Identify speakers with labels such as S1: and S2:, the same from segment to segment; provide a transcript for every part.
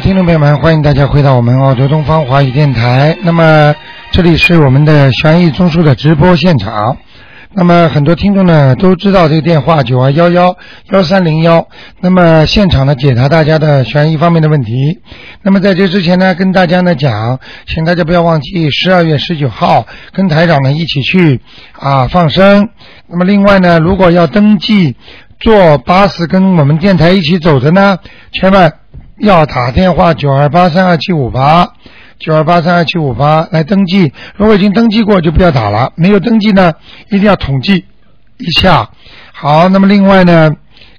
S1: 听众朋友们，欢迎大家回到我们澳洲东方华语电台。那么这里是我们的悬疑综述的直播现场。那么很多听众呢都知道这个电话九二幺幺幺三零幺。那么现场呢解答大家的悬疑方面的问题。那么在这之前呢，跟大家呢讲，请大家不要忘记十二月十九号跟台长呢一起去啊放生。那么另外呢，如果要登记坐巴士跟我们电台一起走的呢，千万。要打电话九二八三二七五八九二八三二七五八来登记。如果已经登记过，就不要打了；没有登记呢，一定要统计一下。好，那么另外呢，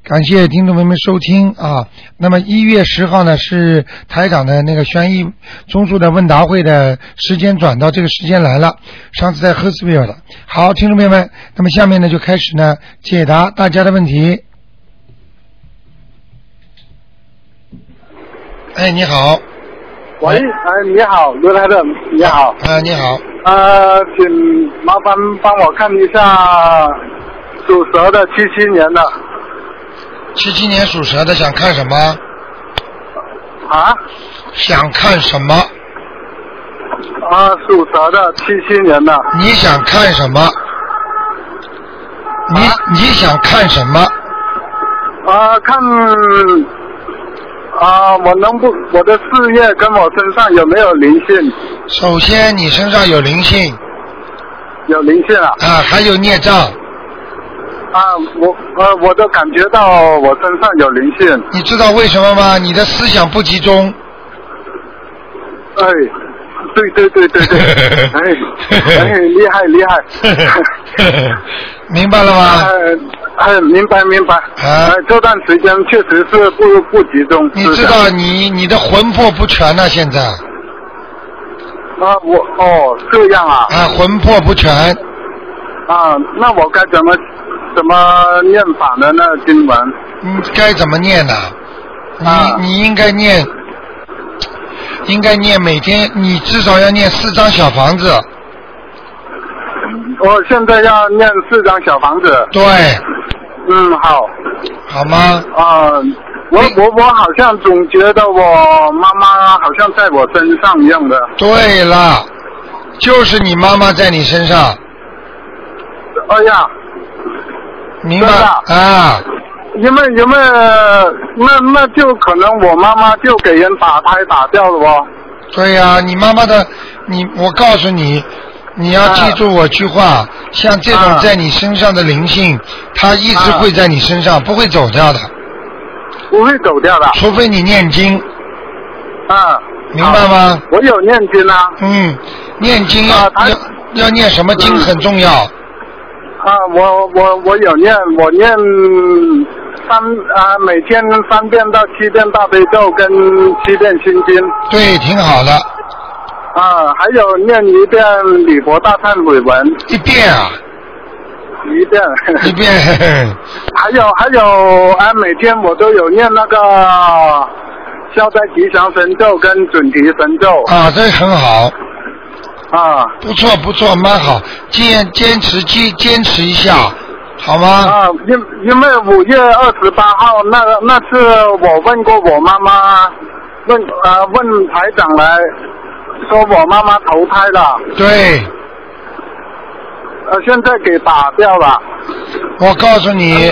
S1: 感谢听众朋友们收听啊。那么一月十号呢是台长的那个悬疑综述的问答会的时间转到这个时间来了。上次在赫斯比尔的。好，听众朋友们，那么下面呢就开始呢解答大家的问题。哎，你好。
S2: 喂，哎，你好，刘台长，你好。
S1: 啊，你好。
S2: 呃，请麻烦帮我看一下属蛇的七七年的。
S1: 七七年属蛇的想看什么？
S2: 啊？
S1: 想看什么？
S2: 啊，属蛇的七七年的。
S1: 你想看什么？你、
S2: 啊
S1: 你想看什么？
S2: 啊，看啊，我能不我的事业跟我身上有没有灵性？
S1: 首先，你身上有灵性
S2: 有灵性啊？
S1: 啊，还有孽障，
S2: 啊，我呃，我都感觉到我身上有灵性。
S1: 你知道为什么吗？你的思想不 集中。
S2: 哎，对对对对 对，哎哎，厉害厉害。
S1: 明白了吗？啊
S2: 呃，哎，明白明白。呃，这段时间确实是不不集中。
S1: 你
S2: 是
S1: 知
S2: 的
S1: 道你你的魂魄不全呐、现在
S2: 啊，我哦这样啊
S1: 啊，魂魄不全。
S2: 啊，那我该怎么怎么念法呢？那经文
S1: 你嗯该怎么念呢、
S2: 啊
S1: 你你应该念，应该念每天你至少要念四张小房子，
S2: 我现在要念四张小房子。
S1: 对，
S2: 嗯，好
S1: 好吗？
S2: 啊。我我我好像总觉得我妈妈好像在我身上一样的，
S1: 对了，就是你妈妈在你身上，
S2: 哎呀，
S1: 明白
S2: 真的
S1: 啊？
S2: 因为因为那那就可能我妈妈就给人打胎打掉了哦。
S1: 对呀、你妈妈的，你我告诉你，你要
S2: 啊
S1: 记住我句话，像这种
S2: 啊
S1: 在你身上的灵性，它一直
S2: 啊
S1: 会在你身上，不会走掉的，
S2: 不会走掉的。
S1: 除非你念经，
S2: 啊，
S1: 明白吗？
S2: 我有念经啊，
S1: 嗯，念经要、
S2: 啊他
S1: 要要念 什么经
S2: 嗯
S1: 很重要。
S2: 啊，我我我有念，我念三啊，每天三遍到七遍大悲咒跟七遍心经
S1: 对，挺好的，
S2: 啊，还有念一遍礼佛大忏悔文
S1: 一遍啊，
S2: 一遍，
S1: 一遍，嘿嘿
S2: 还有还有啊，每天我都有念那个消灾吉祥神咒跟准提神咒
S1: 啊，这很好，
S2: 啊
S1: 不错不错，蛮好，坚坚持坚坚持一下，好吗？
S2: 啊，因因为五月二十八号那那次我问过我妈妈，问呃问台长来说我妈妈投胎了，
S1: 对，
S2: 呃现在给打掉了
S1: 我告诉你，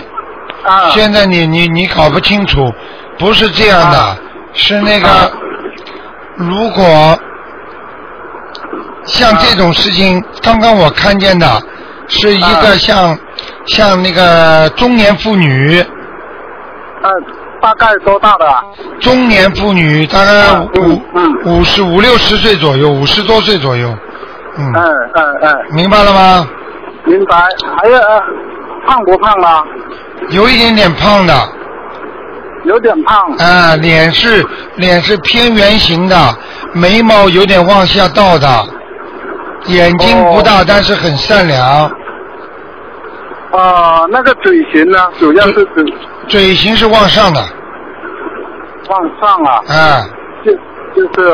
S2: 啊
S1: 现在你你你搞不清楚，不是这样的
S2: 啊，
S1: 是那个、
S2: 啊
S1: 如果像这种事情，刚刚我看见的是一个
S2: 啊
S1: 像、像那个中年妇女，
S2: 呃大概多大的啊？
S1: 中年妇女大概
S2: 啊嗯
S1: 五
S2: 嗯
S1: 五十五六十岁左右，五十多岁左右，嗯，
S2: 嗯嗯嗯，
S1: 明白了吗？
S2: 明白。还有、呃、胖不胖啊？
S1: 有一点点胖的，啊、
S2: 有点胖
S1: 脸是脸是偏圆形的，眉毛有点往下倒的，眼睛不
S2: 哦
S1: 大，但是很善良，
S2: 啊、那个嘴型呢，主要是指
S1: 嘴型是往上的，
S2: 往上啊。
S1: 啊、
S2: 就就是，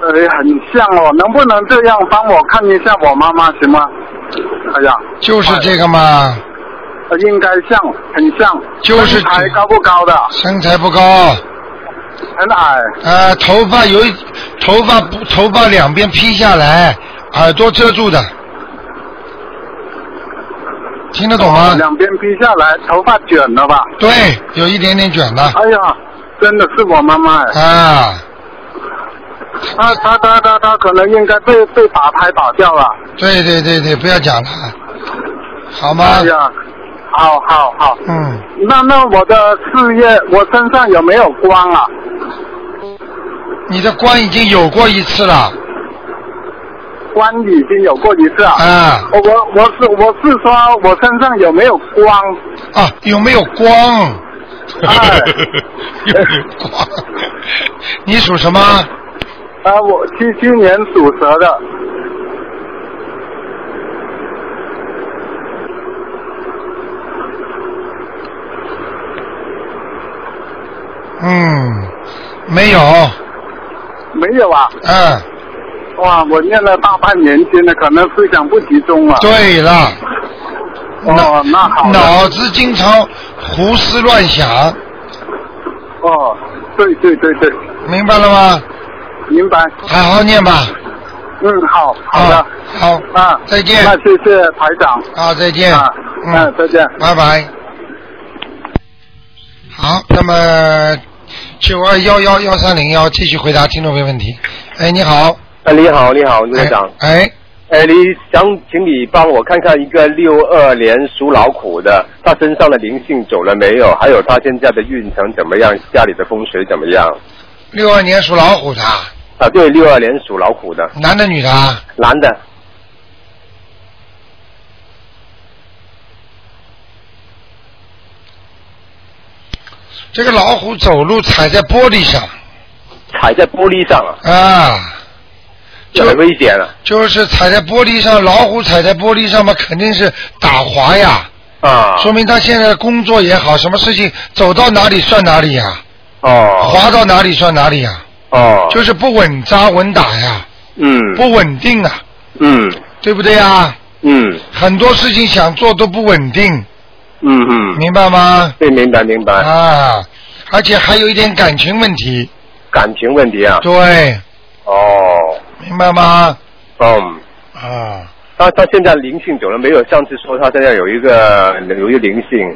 S2: 呃，很像哦。能不能这样帮我看一下我妈妈行吗？哎呀，
S1: 就是这个嘛，
S2: 呃应该像，很像。
S1: 就是
S2: 身材高不高的？
S1: 身材不高，
S2: 很矮，
S1: 呃，头发有一头发不头发两边披下来，耳朵遮住的，听得懂吗？
S2: 哦两边披下来，头发卷了吧？
S1: 对，有一点点卷的
S2: 哎呀，真的是我妈妈哎，
S1: 啊，
S2: 她她她她她可能应该被被打胎打掉了。
S1: 对对对对，不要讲了，
S2: 啊
S1: 好吗
S2: 哎？呀，好好好，
S1: 嗯，
S2: 那那我的事业，我身上有没有光啊？
S1: 你的官已经有过一次了
S2: 光已经有过一次啊。
S1: 啊
S2: 我我我是我是说，我身上有没有光？
S1: 啊，有没有光？
S2: 哎
S1: 有没有光？ 你属什么？
S2: 啊，我七七年属蛇的，
S1: 嗯，没有，
S2: 没有啊？
S1: 嗯，
S2: 哇，我念了大半年经了，可能思想不集中啊。
S1: 对了。
S2: 哦，那好的。
S1: 脑子经常胡思乱想，
S2: 哦，对对对对，
S1: 明白了吗？
S2: 明白。
S1: 好好念吧。
S2: 嗯，好好的
S1: 啊。好，
S2: 啊，
S1: 再见
S2: 那谢谢台长。
S1: 好，再见。
S2: 啊，嗯，再见。
S1: 拜拜。好，那么九二幺幺幺三零幺继续回答听众朋友问题。哎，你好，
S3: 哎，你好，你好，卢台长。
S1: 哎，哎
S3: 哎，你想请你帮我看看一个六二年属老虎的，他身上的灵性走了没有？还有他现在的运程怎么样？家里的风水怎么样？
S1: 六二年属老虎的，
S3: 啊，对，六二年属老虎的，
S1: 男的女的啊？
S3: 男的，
S1: 这个老虎走路踩在玻璃上
S3: 踩在玻璃上啊，
S1: 啊，
S3: 这
S1: 就
S3: 很危险啊！
S1: 就是踩在玻璃上，老虎踩在玻璃上嘛，肯定是打滑呀。
S3: 啊，
S1: 说明他现在的工作也好，什么事情走到哪里算哪里呀、
S3: 哦
S1: 滑到哪里算哪里呀、
S3: 哦，
S1: 就是不稳扎稳打呀，
S3: 嗯
S1: 不稳定啊，
S3: 嗯
S1: 对不对呀？
S3: 嗯
S1: 很多事情想做都不稳定，
S3: 嗯嗯，
S1: 明白吗？
S3: 对，明白明白，
S1: 啊，而且还有一点感情问题，
S3: 感情问题啊，
S1: 对，
S3: 哦，
S1: 明白吗？
S3: 嗯。
S1: 啊，
S3: 他他现在灵性走了没有？上次说他现在有一个有一个灵性，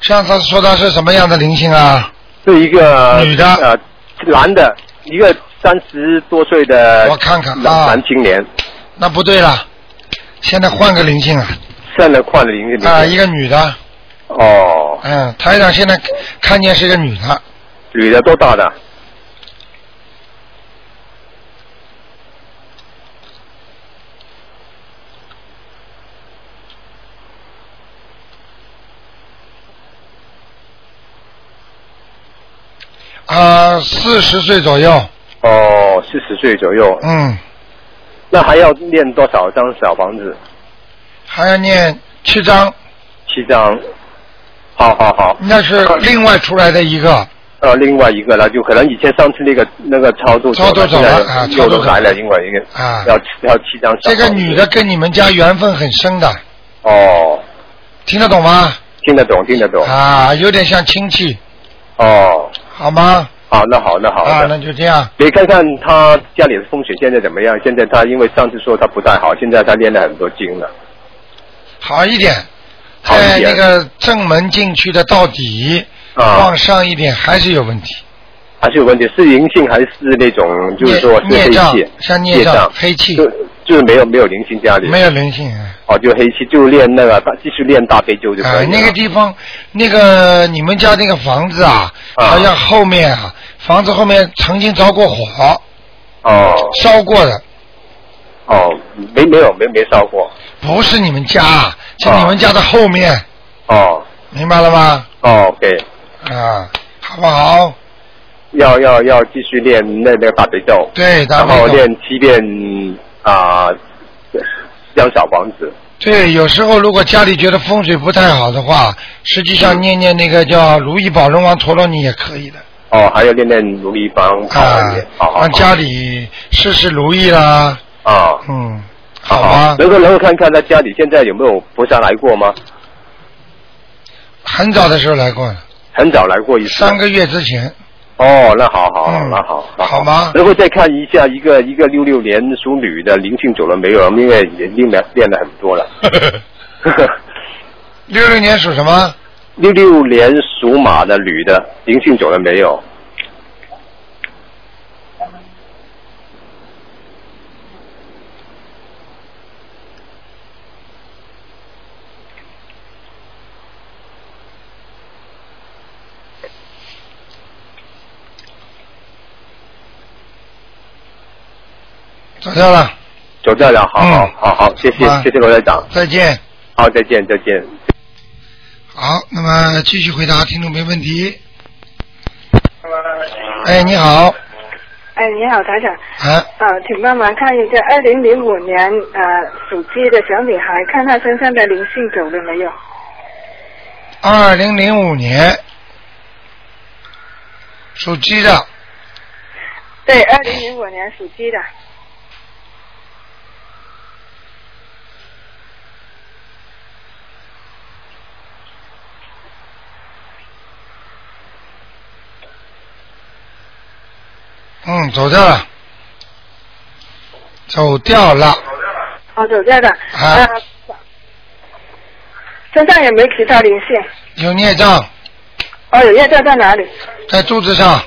S1: 上次说他是什么样的灵性啊？
S3: 是一个
S1: 女的
S3: 呃男的，一个三十多岁的
S1: 我看看
S3: 男
S1: 啊
S3: 男青年，
S1: 那不对了，现在换个灵性啊，
S3: 现在换了灵性
S1: 啊，一个女的，
S3: 嗯哦，
S1: 嗯，台长现在看见是一个女的，
S3: 女的多大的？
S1: 啊，四十岁左右，
S3: 哦，四十岁左右，
S1: 嗯，
S3: 那还要念多少张小房子？
S1: 还要念七章，
S3: 七张。好好好，
S1: 那是
S3: 啊
S1: 另外出来的一个，
S3: 呃，另外一个呢，就可能以前上次那个那个超度
S1: 超度走
S3: 走
S1: 了
S3: 了，
S1: 啊
S3: 现在
S1: 超度
S3: 又
S1: 走
S3: 来
S1: 了
S3: 了，另外一个
S1: 啊
S3: 要要七张小
S1: 这个
S3: 房子
S1: 女的跟你们家缘分很深的，
S3: 哦，
S1: 听得懂吗？
S3: 听得懂，听得懂。
S1: 啊，有点像亲戚，
S3: 哦，
S1: 好吗？
S3: 好，那好，那好
S1: 啊，
S3: 的。
S1: 那就这样，
S3: 你看看他家里的风水现在怎么样？现在他因为上次说他不太好，现在他练了很多经了。
S1: 好一点，
S3: 好一
S1: 在
S3: 点
S1: 那个正门进去的到底，
S3: 啊
S1: 往，上一点还是有问题，
S3: 还是有问题，是灵性还是那种就是说是
S1: 孽
S3: 黑
S1: 障
S3: 气？
S1: 像孽
S3: 孽
S1: 障
S3: 障，
S1: 黑气
S3: 就就是没有没有灵性家里
S1: 没有灵性啊。
S3: 哦，就黑气，就练那个大继续练大悲咒就
S1: 啊、
S3: 可以了。
S1: 那个地方，那个你们家那个房子啊，
S3: 啊
S1: 好像后面啊，房子后面曾经着过火，
S3: 哦
S1: 烧过的，
S3: 哦，没没有没没烧过
S1: 不是你们家，啊是
S3: 啊
S1: 你们家的后面，
S3: 哦
S1: 明白了吗？
S3: 哦，OK，
S1: 啊，好不好？
S3: 要要要继续练那那个大悲咒，
S1: 对，大
S3: 然
S1: 悲
S3: 后
S1: 咒
S3: 练七遍啊，将小房子。
S1: 对，有时候如果家里觉得风水不太好的话，实际上念念那个叫如意宝龙王陀罗尼也可以的
S3: 哦，还有练练如意帮，好
S1: 啊
S3: 好好，好
S1: 让家里事事如意啦。
S3: 啊，
S1: 嗯，好啊，
S3: 能够能够看看他家里现在有没有菩萨来过吗？
S1: 很早的时候来过了，
S3: 很早来过一次。
S1: 三个月之前，
S3: 哦，那好好，
S1: 嗯
S3: 那好，那
S1: 好吗
S3: 然后再看一下一个一个六六年属女的灵性走了没有？因为也练了练了很多了。
S1: 六六年属什么？
S3: 六六年属马的女的灵性走了没有？
S1: 走掉了，
S3: 走掉了，好好
S1: 嗯
S3: 好好，谢谢
S1: 好啊
S3: 谢谢罗台长，
S1: 再见。
S3: 好，再见再见。
S1: 好，那么继续回答听众没问题。哎，你好，
S4: 哎，你好，台长。
S1: 哎，
S4: 呃，请帮忙看一个二零零五年呃属鸡的小女孩，看她身上的灵性走了没有？
S1: 二零零五年属鸡的，
S4: 对，二零零五年属鸡的。
S1: 嗯，走掉了，走掉了，
S4: 哦，走掉的。
S1: 啊
S4: 呃身上也没其他灵性。
S1: 有孽障
S4: 哦，有业障在哪里？
S1: 在肚子上，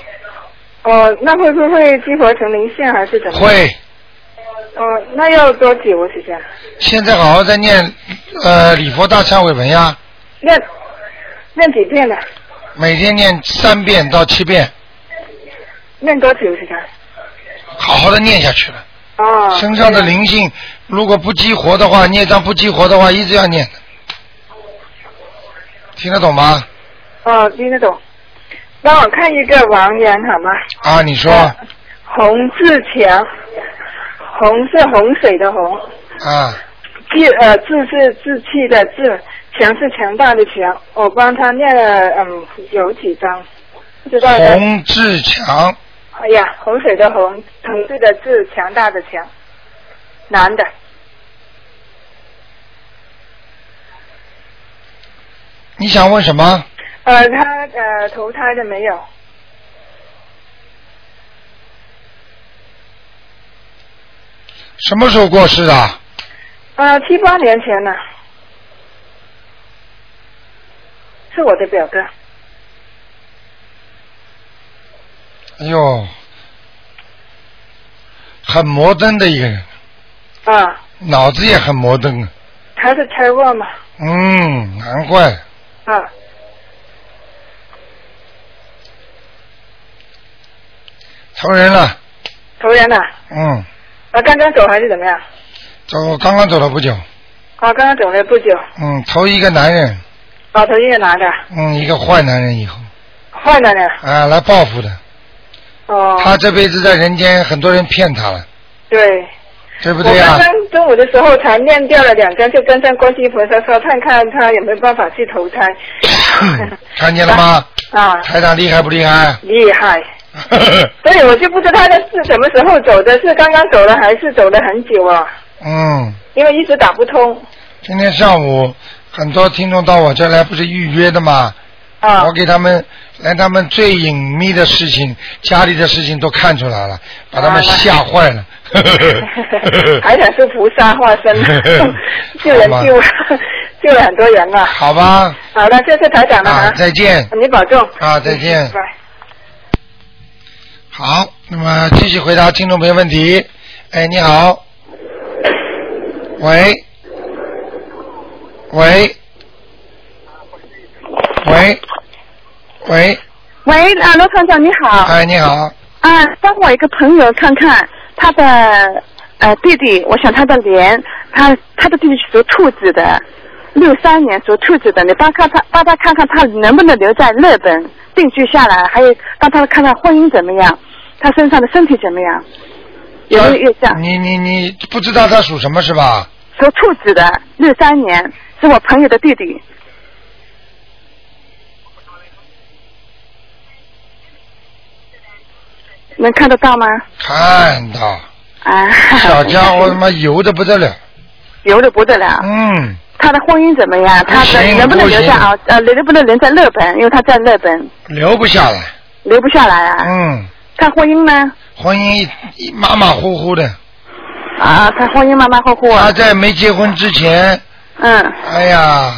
S4: 哦，那会不会激活成灵性还是怎么？。
S1: 会，
S4: 哦，那要多久时间？
S1: 现在好好在念呃礼佛大忏悔文呀，
S4: 练练几遍呢？
S1: 每天念三遍到七遍，
S4: 练多久时间？
S1: 好好的念下去了。
S4: 哦。
S1: 身上的
S4: 对啊。
S1: 灵性如果不激活的话，孽障不激活的话，一直要念的。听得懂吗？
S4: 哦，听得懂。帮我看一个王源好吗？
S1: 啊，你说
S4: 啊洪志强，洪是洪水的洪，
S1: 啊，
S4: 志呃志是志气的志，强是强大的强。我帮他念了嗯有几张，不知道的。
S1: 洪志强，
S4: 哎呀，洪水的洪，同志的志，强大的强，男的。
S1: 你想问什么？
S4: 呃，他呃投胎的没有？
S1: 什么时候过世的？
S4: 呃，七八年前呢、是我的表哥。
S1: 哎呦，很摩登的一个人，
S4: 啊，
S1: 脑子也很摩登。
S4: 他是车祸嘛？
S1: 嗯，难怪。
S4: 啊，
S1: 投人了。
S4: 投人了、
S1: 嗯，
S4: 啊，刚刚走还是怎么样？
S1: 走，刚刚走了不久。
S4: 啊，刚刚走了不久，
S1: 嗯，投一个男人，
S4: 啊，头一个男的，
S1: 嗯，一个坏男人以后
S4: 坏了呢。
S1: 啊，来报复的。
S4: 哦，
S1: 他这辈子在人间，很多人骗他了，
S4: 对，
S1: 对不对啊
S4: 我刚？刚中午的时候才念掉了两张，就跟上观世音菩萨说，看看他有没有办法去投胎。
S1: 看见了吗？
S4: 啊，
S1: 台长厉害不厉害？
S4: 厉害。所以我就不知道他是什么时候走的，是刚刚走了还是走了很久啊？
S1: 嗯，
S4: 因为一直打不通。
S1: 今天上午很多听众到我这儿来，不是预约的嘛？
S4: 啊
S1: 我给他们连他们最隐秘的事情、家里的事情都看出来了，把他们吓坏了。，
S4: 啊 还想是菩萨化身救人
S1: 好吧
S4: 救救了很多人啊。
S1: 好吧，
S4: 好了，谢谢台长了
S1: 啊，
S4: 啊，
S1: 再见。
S4: 你保重。
S1: 啊再见
S4: 拜拜。
S1: 好，那么继续回答听众朋友问题。哎，你好，喂，喂，喂，喂，
S5: 喂，啊，罗团长你好。
S1: 哎，你好，
S5: 啊，帮我一个朋友看看他的呃弟弟，我想他的脸，他他的弟弟是属兔子的，六三年属兔子的，你帮看他帮他看看他能不能留在日本定居下来，还有帮他看看婚姻怎么样，他身上的身体怎么样，有没有业障？
S1: 啊你你你不知道他属什么是吧？
S5: 属兔子的，六三年是我朋友的弟弟，能看得到吗？
S1: 看到，
S5: 啊， 啊
S1: 小家伙他妈油的不得了，
S5: 油的不得了。
S1: 嗯，
S5: 他的婚姻怎么样？他的
S1: 行
S5: 能不能留在
S1: 不行
S5: 澳呃能不能留在日本？因为他在日本
S1: 留不下来。
S5: 留不下来啊。
S1: 嗯，
S5: 他婚姻呢？
S1: 婚姻一一马马虎虎的。
S5: 啊，他婚姻马马虎虎啊。
S1: 他在没结婚之前，
S5: 嗯，
S1: 哎呀，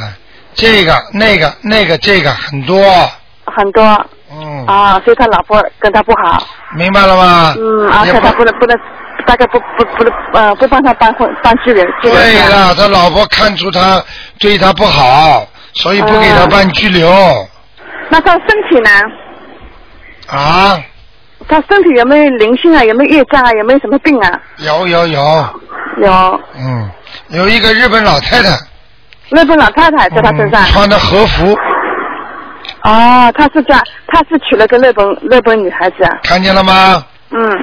S1: 这个那个那个这个很多。
S5: 很多
S1: 嗯，啊
S5: 啊，所以他老婆跟他不好。
S1: 明白了吗？
S5: 嗯，而
S1: 也
S5: 且他不能不能，大概不不不能呃不帮他办婚办居留。居留
S1: 对
S5: 证
S1: 了，他老婆看出他对他不好，所以不给
S5: 嗯
S1: 他办拘留、
S5: 那他身体呢？
S1: 啊。
S5: 他身体有没有灵性啊？有没有业障啊？有没有什么病啊？
S1: 有有有，
S5: 有。
S1: 嗯，有一个日本老太太，
S5: 那个老太太在他身上
S1: 嗯、，穿的和服，
S5: 哦，他是这样，他是娶了个日本日本女孩子啊，
S1: 看见了吗？
S5: 嗯，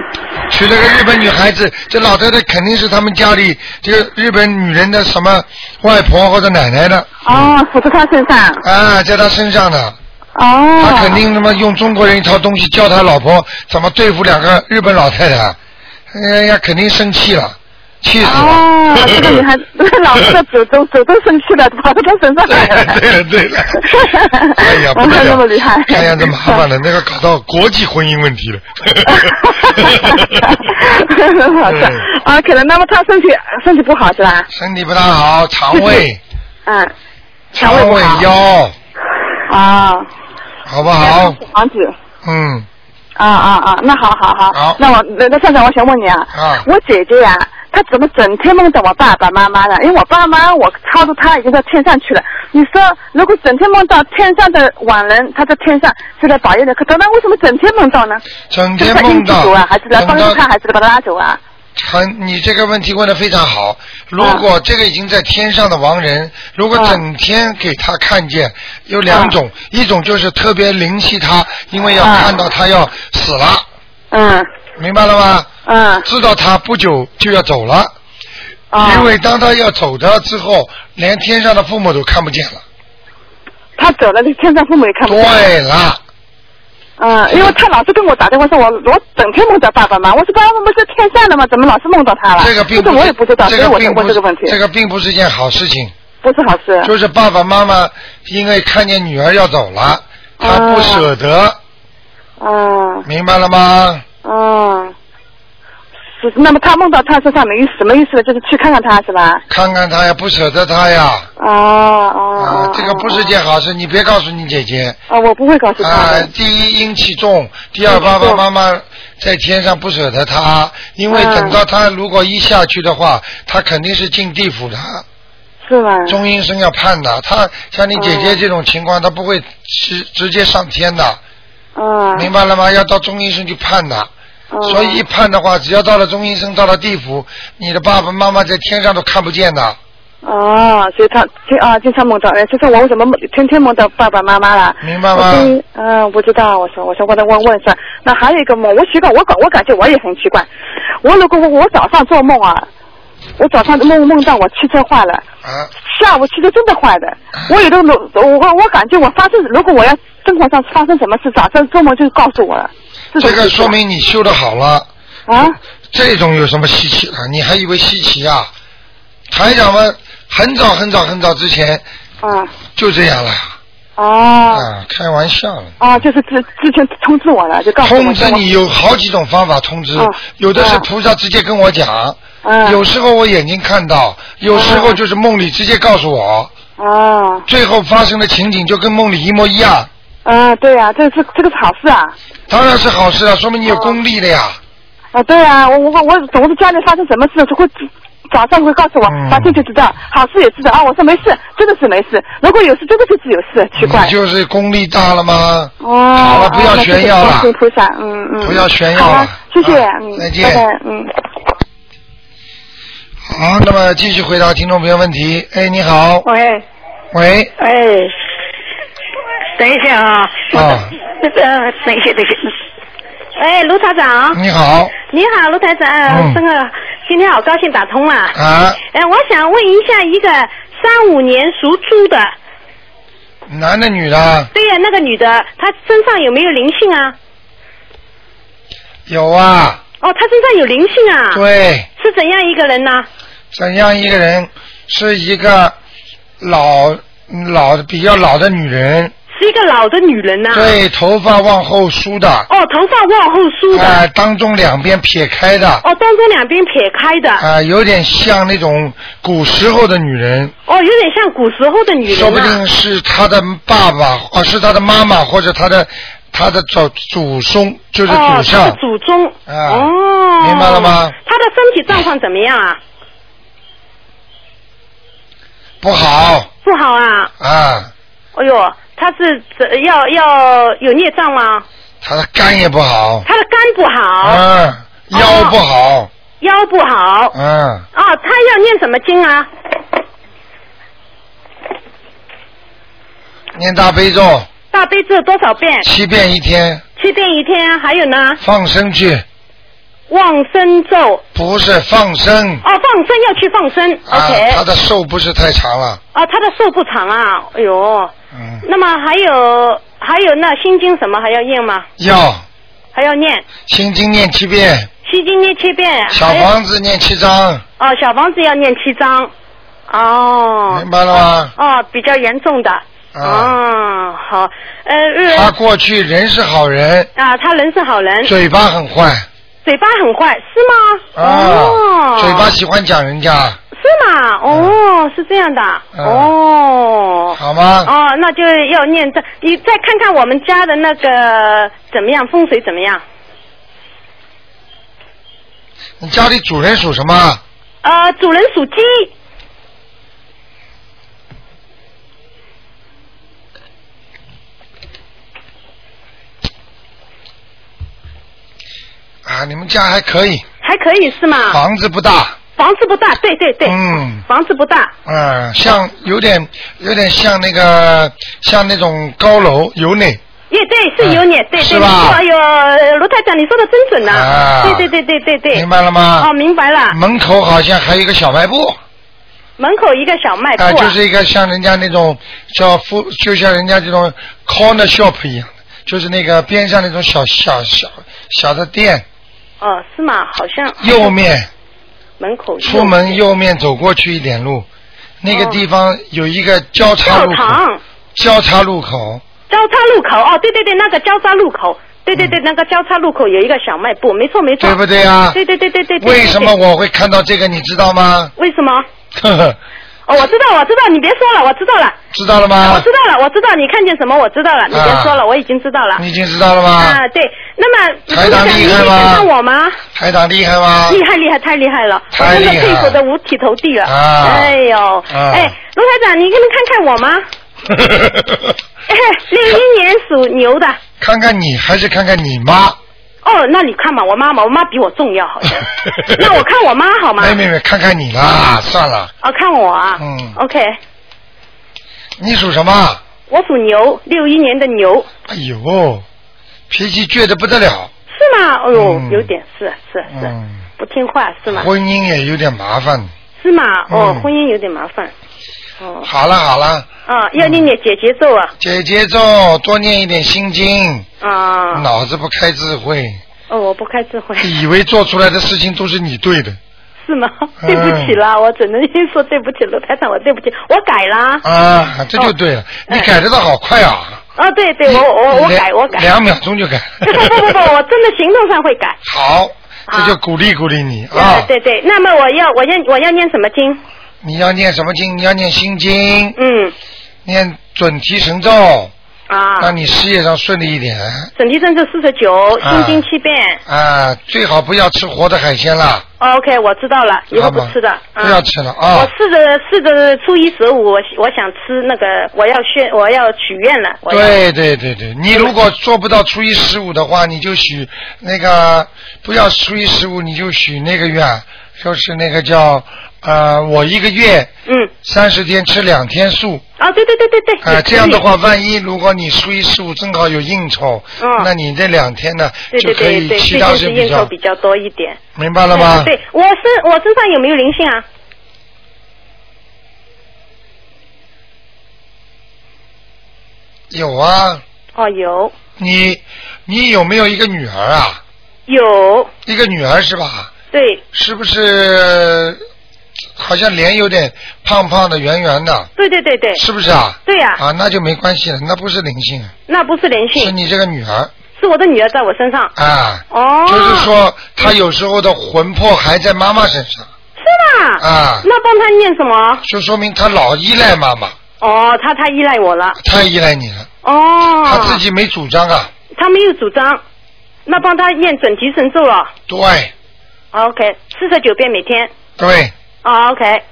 S1: 娶了个日本女孩子，这老太太肯定是他们家里这个日本女人的什么外婆或者奶奶的
S5: 哦，附在他身上，
S1: 啊，在她身上的，
S5: 哦，
S1: 她肯定他妈用中国人一套东西教她老婆怎么对付两个日本老太太，哎呀，肯定生气了，气死了。
S5: 哦，这个女孩，这个 老师的祖宗祖宗生气了，跑到他身上来了。
S1: 对了对了，哎 呀，不得
S5: 我
S1: 了，
S5: 看
S1: 哎
S5: 那么厉害
S1: 看样子麻烦 了，那个搞到国际婚姻问题了。
S5: 好的，啊，可能那么他身体身体不好是吧？
S1: 嗯身体不大好，肠胃、
S5: 嗯，
S1: 肠
S5: 肠胃不
S1: 胃
S5: 好
S1: 腰，
S5: 啊，
S1: 好不好？
S5: 房子。
S1: 嗯，
S5: 啊啊啊！那好好好，
S1: 好
S5: 那我那那站长，我想问你啊，
S1: 啊
S5: 我姐姐呀、她怎么整天梦到我爸爸妈妈呢？因为我爸妈我超度他已经到天上去了。你说如果整天梦到天上的亡人，他在天上是来保佑的，可他那为什么整天梦到呢？
S1: 整
S5: 是
S1: 天
S5: 他
S1: 梦
S5: 阴
S1: 到
S5: 足啊，还是来
S1: 等
S5: 帮助
S1: 到
S5: 他，还是把他拉走啊？
S1: 很，你这个问题问的非常好。如果这个已经在天上的亡人，如果
S5: 啊
S1: 整天给他看见，有两种，一种就是特别灵气他，因为要
S5: 啊
S1: 看到他要死了，
S5: 嗯
S1: 明白了吗？
S5: 嗯
S1: 知道他不久就要走了，
S5: 啊，
S1: 因为当他要走的之后，连天上的父母都看不见了。
S5: 他走了，天上父母也看不见。
S1: 对了，
S5: 嗯，因为他老是跟我打电话说我我整天梦到爸爸妈妈，我说爸爸妈妈在天上的嘛，怎么老是梦到他了？
S1: 这个并
S5: 啊这
S1: 不是
S5: 个我也不知道，
S1: 这
S5: 所以
S1: 个
S5: 我
S1: 并
S5: 才
S1: 不
S5: 问
S1: 是
S5: 这个问题，
S1: 这个并不是件好事情。
S5: 不是好事。
S1: 就是爸爸妈妈因为看见女儿要走了，他
S5: 啊
S1: 不舍得，
S5: 嗯
S1: 明白了吗？
S5: 嗯，是。那么他梦到他身上没意思，什么意思呢？就是去看看他是吧？
S1: 看看他呀，不舍得他呀，
S5: 哦哦。
S1: 啊
S5: 哦，
S1: 这个不是。件好事，你别告诉你姐姐。
S5: 哦，我不会告诉他
S1: 啊
S5: 的，。
S1: 第一阴气重，第二
S5: 哦阴气
S1: 爸爸
S5: 重
S1: 妈妈在天上不舍得他，因为
S5: 嗯
S1: 等到他如果一下去的话，他肯定是进地府的，
S5: 是吗？
S1: 中阴身要判的。他像你姐姐
S5: 嗯
S1: 这种情况，他不会直直接上天的，
S5: 嗯。
S1: 明白了吗？要到中阴身去判的。
S5: 嗯。
S1: 所以一判的话，只要到了中阴身，到了地府，你的爸爸妈妈在天上都看不见的，
S5: 哦，所以他经啊经常梦到，哎，就是我为什么梦天天梦到爸爸妈妈了？
S1: 明白吗
S5: 我终于嗯，不知道，我说我说我再问问一下。那还有一个梦，我奇怪，我感我感觉我也很奇怪。我如果我我早上做梦啊，我早上梦梦到我汽车坏了，
S1: 啊，
S5: 下午汽车真的坏的。我有的我我我感觉我发生，如果我要生活上发生什么事，早上做梦就告诉我了。这种
S1: 这个
S5: 事
S1: 说明你修的好了。
S5: 啊，
S1: 这种有什么稀奇的？你还以为稀奇啊？台长们很早很早很早之前
S5: 啊
S1: 就这样了
S5: 哦
S1: 啊，开玩笑了。
S5: 啊，就是之之前通知我了，就告诉我
S1: 通知
S5: 说我
S1: 你有好几种方法通知
S5: 嗯，
S1: 有的是
S5: 嗯
S1: 菩萨直接跟我讲，
S5: 嗯
S1: 有时候我眼睛看到，有时候就是梦里直接告诉我，
S5: 哦。
S1: 最后发生的情景就跟梦里一模一样，
S5: 嗯，对呀、这是这个是好事啊！
S1: 当然是好事啊，说明你有功力的呀。
S5: 啊，对啊，我我我总是家里发生什么事就会早上会告诉我
S1: 嗯，
S5: 白天就知道，好事也知道啊。我说没事，真的是没事。如果有事，真的就是有事，奇怪
S1: 你。就是功力大了吗？
S5: 嗯哦，好
S1: 了不要炫耀了
S5: 观世音菩萨，嗯嗯。
S1: 不要炫耀了
S5: 好啊谢谢，
S1: 啊
S5: 嗯，
S1: 再见
S5: 拜拜，嗯。
S1: 好，那么继续回答听众朋友问题。哎，你好，
S6: 喂，
S1: 喂，
S6: 哎，等一下啊，
S1: 啊，
S6: 呃，等一下，等一下。哎，卢台长，
S1: 你好
S6: 你好，卢台长，
S1: 嗯
S6: 真的，今天好高兴打通了。
S1: 啊，
S6: 哎，我想问一下，一个三五年属猪的，
S1: 男的女的
S6: 对呀、那个女的，她身上有没有灵性啊？
S1: 有啊，
S6: 哦，她身上有灵性啊，
S1: 对，
S6: 是怎样一个人呢？
S1: 沈阳一个人是一个老老比较老的女人，
S6: 是一个老的女人呐、
S1: 对，头发往后梳的，啊、
S6: 哦，头发往后梳的。
S1: 当中两边撇开的，啊、
S6: 哦，当中两边撇开的，
S1: 有点像那种古时候的女人，
S6: 哦，有点像古时候的女人、啊。
S1: 说不定是她的爸爸，啊，是她的妈妈或者她的她的祖祖宗，就是
S6: 哦
S1: 祖，
S6: 她
S1: 上
S6: 的，祖宗。
S1: 啊
S6: 哦，
S1: 明白了吗？
S6: 她的身体状况怎么样啊？
S1: 不好
S6: 不好啊！
S1: 啊，
S6: 哎呦，她是怎要要有孽障吗？
S1: 她的肝也不好，
S6: 她的肝不好，哦
S1: 啊，腰不好，
S6: 腰不好。
S1: 啊，
S6: 哦，她要念什么经啊？
S1: 念大悲咒
S6: 大悲咒多少遍？
S1: 七遍一天，
S6: 七遍一天。还有呢，
S1: 放生去，
S6: 往生咒。哦，
S1: 不是放生。
S6: 放生要去放生。
S1: 嗯啊，
S6: OK。
S1: 他的寿不是太长了，
S6: 哦，他的寿不长啊，哎呦，
S1: 嗯，
S6: 那么还有还有那心经什么还要念吗？
S1: 要
S6: 还要念
S1: 心经念七遍，
S6: 心经念七遍，
S1: 小
S6: 还有
S1: 房子念七章，
S6: 哦，小房子要念七章，哦
S1: 明白了吗？
S6: 哦，比较严重的，
S1: 啊，
S6: 哦好，呃
S1: 他
S6: 呃
S1: 过去人是好人，
S6: 啊，他人是好人，
S1: 嘴巴很坏
S6: 嘴巴很坏是
S1: 啊
S6: 吗？哦，，
S1: 嘴巴喜欢讲人家，
S6: 是吗？哦，是这样的，
S1: 嗯
S6: 哦。
S1: 好吗？
S6: 哦，那就要念这，你再看看我们家的那个怎么样，风水怎么样？
S1: 你家里主人属什么？
S6: 呃，主人属鸡，
S1: 啊，你们家还可以，
S6: 还可以是吗？
S1: 房子不大，
S6: 房子不大，对对对，
S1: 嗯。
S6: 房子不大。
S1: 嗯，像有点有点像那个像那种高楼有内，
S6: 也对，是有你，
S1: 嗯
S6: 对
S1: 是
S6: 对，没
S1: 吧
S6: 错。哎呦，卢台长，你说的真准呐、
S1: 啊
S6: 对对对对对对。
S1: 明白了吗？
S6: 哦，明白了。
S1: 门口好像还有一个小卖部，
S6: 门口一个小卖部、
S1: 啊、就是一个像人家那种叫夫，就像人家这种 corner shop 一样的，就是那个边上那种小小小小的店，
S6: 哦，是吗？好像
S1: 右面
S6: 门口右
S1: 出门右面走过去一点路，那个地方有一个交叉
S6: 哦教
S1: 路口，
S6: 堂
S1: 交叉路口，
S6: 交叉路口哦，对对对，那个交叉路口，对对对，那个交叉路口有一个小卖部，没错没错。
S1: 嗯对不对啊？
S6: 对对对对对对。
S1: 为什么
S6: 对？对
S1: 我会看到这个？你知道吗？
S6: 为什么？
S1: 呵呵，
S6: 哦，我知道，我知道，你别说了，我知道了。哦
S1: 知道了
S6: 我
S1: 吗
S6: 知？道了，我知道你看见什么，我知道了，你别说了，
S1: 啊
S6: 我已经知道了。
S1: 你已经知道了吗
S6: 啊，？对，那么
S1: 台长
S6: 你
S1: 厉害
S6: 想你
S1: 吗
S6: 看看我吗？
S1: 台长厉害吗？
S6: 厉害厉害，太厉害了！我
S1: 啊太
S6: 真
S1: 厉
S6: 的
S1: 害了
S6: 佩服的五体投地了。
S1: 啊
S6: 哎呦，
S1: 啊
S6: 哎，卢台长，你能看看我 吗？哎六一年属牛的。
S1: 看看你还是看看你妈？
S6: 哦，那你看吧，我妈妈，我妈比我重要，好 像。那我看我妈好吗？
S1: 没没没，看看你啦，算了。
S6: 哦，看我啊。
S1: 嗯
S6: OK，
S1: 你属什么？
S6: 我属牛，六一年的牛，
S1: 哎呦，脾气倔得不得了，
S6: 是吗？哎呦，
S1: 嗯
S6: 有点是是是，
S1: 嗯
S6: 不听话是吗？
S1: 婚姻也有点麻烦。
S6: 是吗？哦，
S1: 嗯
S6: 婚姻有点麻烦。哦，
S1: 好了好了，
S6: 啊，要念念姐姐咒啊，
S1: 姐姐咒多念一点心经，
S6: 啊，
S1: 脑子不开智慧，
S6: 哦，我不开智慧。
S1: 以为做出来的事情都是你对的
S6: 是吗？
S1: 嗯
S6: 对不起啦，我只能说对不起，卢台长，我对不起，我改啦。
S1: 啊，这就对了。你改的倒好快啊！
S6: 哦，对对，
S1: 你
S6: 我哦哎我我
S1: 你
S6: 改，
S1: 两
S6: 我改。。
S1: 两秒钟就改
S6: 不不不不，我真的行动上会改。
S1: 好，这
S6: 啊
S1: 就鼓励鼓励你
S6: 啊
S1: 啊，！
S6: 对对，那么我要我要我要念什么经？
S1: 你要念什么经？你要念心经，
S6: 嗯
S1: 念准提神咒，
S6: 啊
S1: 让，你事业上顺利一点。
S6: 准提神咒四十九，
S1: 啊
S6: 心经七遍。
S1: 啊，最好不要吃活的海鲜啦，
S6: OK，我知道了，以后
S1: 好
S6: 不
S1: 吗？
S6: 吃的。啊
S1: 不要吃了
S6: 我
S1: 啊！
S6: 试着试着初一十五，我我想吃那个，我要宣我要许愿了。我要
S1: 对对对对，你如果做不到初一十五的话，你就许那个不要初一十五，你就许那个愿，就是那个叫呃，我一个月
S6: 嗯，
S1: 三十天吃两天素
S6: 啊，对对对对对。
S1: 啊、
S6: 也可以
S1: 这样的话，万一如果你初一十五正好有应酬，
S6: 嗯
S1: 那你这两天呢
S6: 对对
S1: 就可
S6: 对
S1: 以
S6: 对，
S1: 其
S6: 最
S1: 他
S6: 近
S1: 事
S6: 是
S1: 比
S6: 应酬
S1: 较
S6: 比较多一点。
S1: 明白了吗？
S6: 对，我身我身上有没有灵性啊？
S1: 有啊，
S6: 哦，有
S1: 你你有没有一个女儿啊？
S6: 有，
S1: 一个女儿是吧？
S6: 对，
S1: 是不是好像脸有点胖胖的、圆圆的，
S6: 对对对对，
S1: 是不是啊？
S6: 对呀、
S1: 啊，那就没关系了，那不是灵性，
S6: 那不是灵
S1: 是
S6: 性，
S1: 你这个女儿
S6: 是我的女儿在我身上。
S1: 啊。
S6: 哦，
S1: 就是说，她有时候的魂魄还在妈妈身上
S6: 是吧？
S1: 啊，
S6: 那帮她念什么？
S1: 就说明她老依赖妈妈，
S6: 哦，她太依赖我了。
S1: 太依赖你了，
S6: 哦，
S1: 她自己没主张啊。
S6: 她没有主张，那帮她念准提神咒了。
S1: 对
S6: OK，四十九遍每天。
S1: 对，
S6: 哦，OK，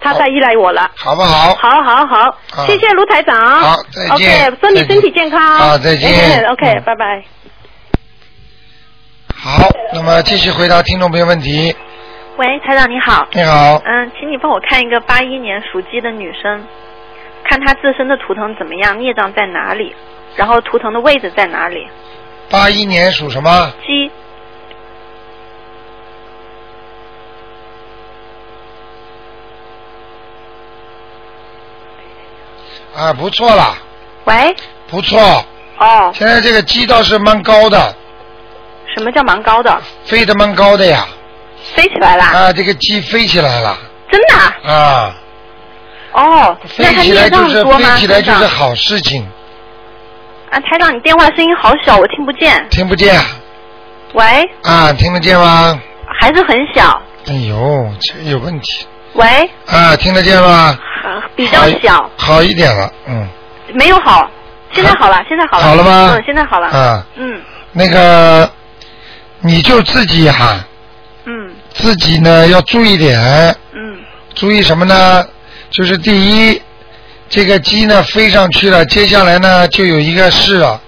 S6: 她太依赖我了。
S1: 好不好？
S6: 好好好，
S1: 啊
S6: 谢谢卢台长。
S1: 好再见
S6: OK，祝你
S1: 再见
S6: 身体健康。
S1: 好再见
S6: 哎 OK，
S1: 嗯
S6: 拜拜。
S1: 好，那么继续回答听众朋友问题。
S7: 喂，台长你好，
S1: 你好，
S7: 嗯，请你帮我看一个八一年属鸡的女生，看她自身的图腾怎么样，孽障在哪里，然后图腾的位置在哪里？
S1: 八一年属什么？
S7: 鸡，
S1: 啊，不错啦，
S7: 喂，
S1: 不错，
S7: 哦，
S1: 现在这个鸡倒是蛮高的，
S7: 什么叫蛮高的？
S1: 飞得蛮高的呀。
S7: 飞起来啦？
S1: 啊，这个鸡飞起来了
S7: 真的啊？
S1: 啊，
S7: 哦，
S1: 飞
S7: 那她
S1: 起来
S7: 孽
S1: 就
S7: 障
S1: 是
S7: 多吗？
S1: 飞起来就是
S7: 台长
S1: 好事情，
S7: 啊，台长，你电话声音好小，我听不见。
S1: 听不见啊
S7: 喂，
S1: 啊？听得见吗？
S7: 还是很小。
S1: 哎呦，这个有问题
S7: 喂，
S1: 啊！听得见吗？
S7: 呃比较
S1: 好
S7: 小，
S1: 好一点了，嗯，
S7: 没有好。现在好了，现在好了。
S1: 好了吗
S7: 嗯，现在好了。
S1: 啊，
S7: 嗯
S1: 那个你就自己哈、
S7: 嗯
S1: 自己呢要注意点，
S7: 嗯
S1: 注意什么呢？就是第一，这个鸡呢飞上去了，接下来呢就有一个事了。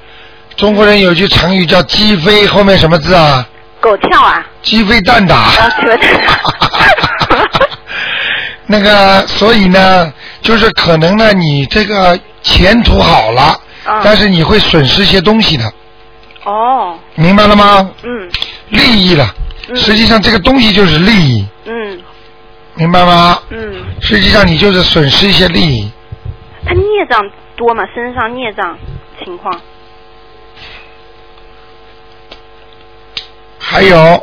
S1: 中国人有句成语叫“鸡飞”，后面什么字啊？
S7: 狗跳啊。
S1: 鸡飞蛋打。
S7: 啊，对不对？
S1: 那个，所以呢，就是可能呢，你这个前途好了，
S7: 嗯
S1: 但是你会损失些东西的，
S7: 哦，
S1: 明白了吗？
S7: 嗯
S1: 利益了，
S7: 嗯
S1: 实际上这个东西就是利益，
S7: 嗯
S1: 明白吗？
S7: 嗯，
S1: 实际上你就是损失一些利益，
S7: 他孽障多吗？身上孽障情况？
S1: 还有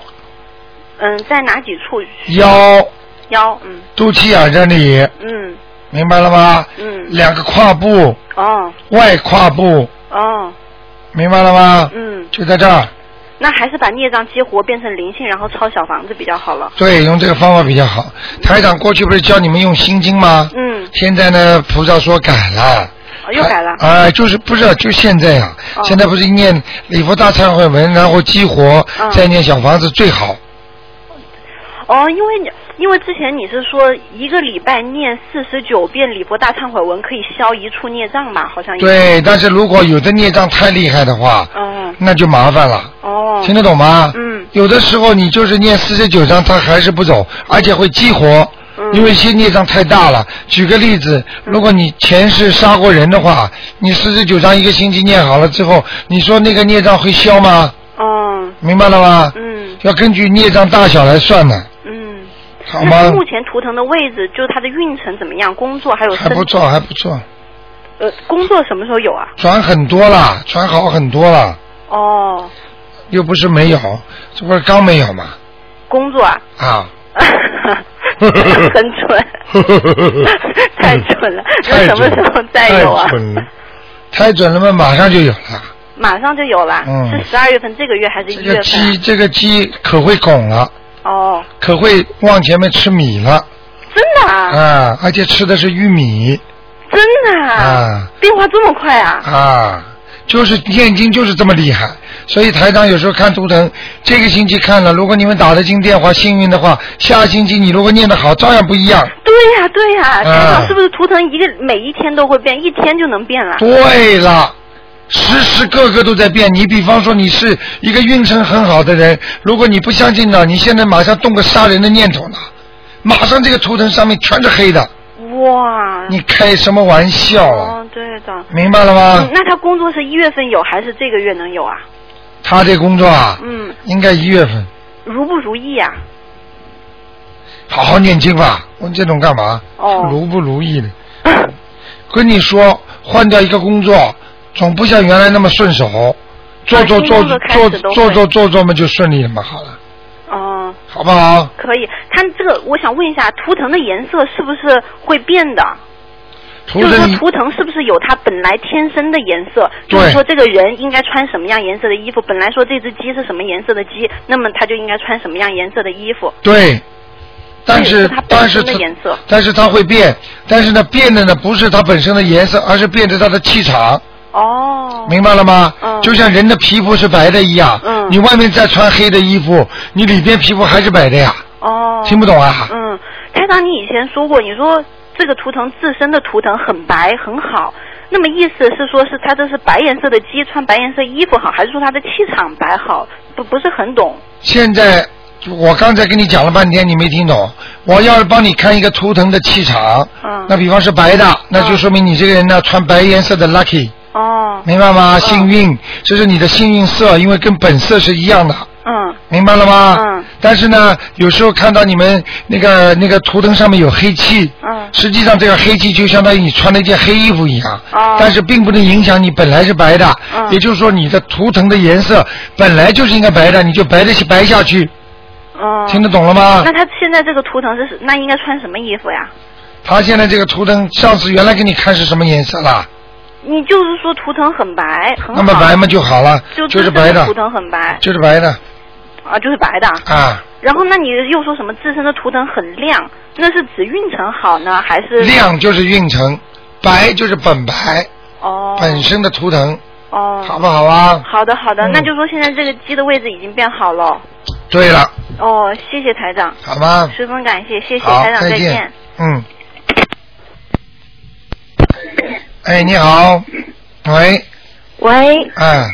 S7: 嗯，在哪几处？
S1: 腰、
S7: 腰，嗯
S1: 肚脐眼这里，
S7: 嗯
S1: 明白了吗？
S7: 嗯，
S1: 两个胯部、
S7: 哦
S1: 外胯部，
S7: 哦，
S1: 明白了吗？
S7: 嗯，
S1: 就在这儿，
S7: 那还是把孽障激活变成灵性，然后抄小房子比较好了。
S1: 对，用这个方法比较好。台长过去不是教你们用心经吗？
S7: 嗯，
S1: 现在呢，菩萨说改了。
S7: 哦又改了
S1: 啊、。哎就是不是就现在呀、
S7: 哦
S1: 现在不是念礼佛大忏悔文，然后激活，
S7: 嗯
S1: 再念小房子最好。
S7: 哦，因为你因为之前你是说一个礼拜念四十九遍礼佛大忏悔文可以消一处孽障吧？好像也。
S1: 对，但是如果有的孽障太厉害的话，
S7: 嗯
S1: 那就麻烦了。
S7: 哦
S1: 听得懂吗？
S7: 嗯
S1: 有的时候你就是念四十九章，它还是不走，而且会激活。
S7: 嗯
S1: 因为一些孽障太大了。举个例子，如果你前世杀过人的话，你四十九章一个星期念好了之后，你说那个孽障会消吗？
S7: 哦
S1: 明白了吗？
S7: 嗯
S1: 要根据孽障大小来算的，
S7: 嗯。
S1: 好
S7: 那
S1: 吗
S7: 他？目前图腾的位置，就是他的运程怎么样，工作还有
S1: 还
S7: 生
S1: 不错，还不错，
S7: 呃工作什么时候有啊？
S1: 转很多了，转好很多了，
S7: 哦，
S1: 又不是没有，这不是刚没有吗？
S7: 工作 啊，
S1: 啊，
S7: 很蠢，太蠢了。那
S1: 太
S7: 什么
S1: 准了
S7: 时候再有啊
S1: 太？准了，太准了嘛，马上就有了。
S7: 马上就有了，
S1: 嗯
S7: 是十二月份这个月还是
S1: 这
S7: 一
S1: 个
S7: 月份
S1: 鸡，这个鸡可会拱了，
S7: 啊？哦，
S1: 可会往前面吃米了
S7: 真的啊，
S1: 啊！而且吃的是玉米
S7: 真的啊，
S1: 啊
S7: 变化这么快啊？
S1: 啊！就是念经就是这么厉害，所以台长有时候看图腾，这个星期看了，如果你们打得进电话，幸运的话，下星期你如果念得好，照样不一样。
S7: 对呀、对呀、
S1: 嗯
S7: 台长是不是图腾一个每一天都会变，一天就能变了？
S1: 对了。哎时时刻刻都在变。你比方说，你是一个运程很好的人，如果你不相信呢，你现在马上动个杀人的念头呢，马上这个图腾上面全是黑的。
S7: 哇！
S1: 你开什么玩笑啊？
S7: 哦，对的。
S1: 明白了吗
S7: 嗯？那他工作是一月份有还是这个月能有啊？
S1: 他这工作啊，
S7: 嗯，
S1: 应该一月份
S7: 如不如意啊？
S1: 好好念经吧。问这种干嘛？
S7: 哦
S1: 如不如意的？跟你说，换掉一个工作，总不像原来那么顺手。做做
S7: 啊新
S1: 做
S7: 工作开
S1: 做
S7: 始都
S1: 做
S7: 会
S1: 做做做嘛，就顺利了嘛，好了。
S7: 哦、
S1: 好不好？
S7: 可以，它这个我想问一下，图腾的颜色是不是会变的？
S1: 图
S7: 就是说
S1: 腾
S7: 图腾是不是有它本来天生的颜色？
S1: 对
S7: 就是说这个人应该穿什么样颜色的衣服？本来说这只鸡是什么颜色的鸡，那么它就应该穿什么样颜色的衣服？
S1: 对，但
S7: 对
S1: 是
S7: 是它本
S1: 但是
S7: 身的
S1: 它
S7: 颜色
S1: 但是它会变，但是呢，变的呢不是它本身的颜色，而是变着它的气场，
S7: 哦，
S1: 明白了吗？
S7: 嗯
S1: 就像人的皮肤是白的一样，
S7: 嗯
S1: 你外面再穿黑的衣服，你里边皮肤还是白的呀，
S7: 哦，
S1: 听不懂啊？
S7: 嗯，台长，你以前说过，你说这个图腾自身的图腾很白很好，那么意思是说是它这是白颜色的鸡穿白颜色衣服好，还是说它的气场白好？不不是很懂。
S1: 现在我刚才跟你讲了半天，你没听懂。我要是帮你看一个图腾的气场，
S7: 嗯
S1: 那比方是白的，那就说明你这个人呢穿白颜色的 lucky，
S7: 哦，
S1: 明白吗？幸运，这是你的幸运色，因为跟本色是一样的。
S7: 嗯
S1: 明白了吗？
S7: 嗯。
S1: 但是呢，有时候看到你们那个那个图腾上面有黑气，
S7: 嗯
S1: 实际上这个黑气就相当于你穿了一件黑衣服一样，
S7: 哦
S1: 但是并不能影响你本来是白的，
S7: 嗯
S1: 也就是说你的图腾的颜色本来就是应该白的，你就白的白下去，
S7: 哦。
S1: 听得懂了吗
S7: 那？他现在这个图腾是那应该穿什么衣服呀？
S1: 他现在这个图腾，上次原来给你看是什么颜色啦？
S7: 你就是说图腾很白，很好。
S1: 那么白嘛就好了，
S7: 就
S1: 就是
S7: 自身
S1: 白的
S7: 图，腾很白
S1: 就是白的
S7: 啊，就是白的。
S1: 啊，
S7: 然后那你又说什么自身的图腾很亮？那是指运程好呢，还是
S1: 亮就是运程，白就是本白
S7: 哦
S1: 本身的图腾，
S7: 哦
S1: 好不好啊？
S7: 好的，好的，
S1: 嗯
S7: 那就说现在这个鸡的位置已经变好了。
S1: 对了。
S7: 哦，谢谢台长，
S1: 好吗？
S7: 十分感谢，谢谢
S1: 好，
S7: 台长，
S1: 再
S7: 见。
S1: 嗯。哎，你好，喂，
S6: 喂，
S1: 嗯，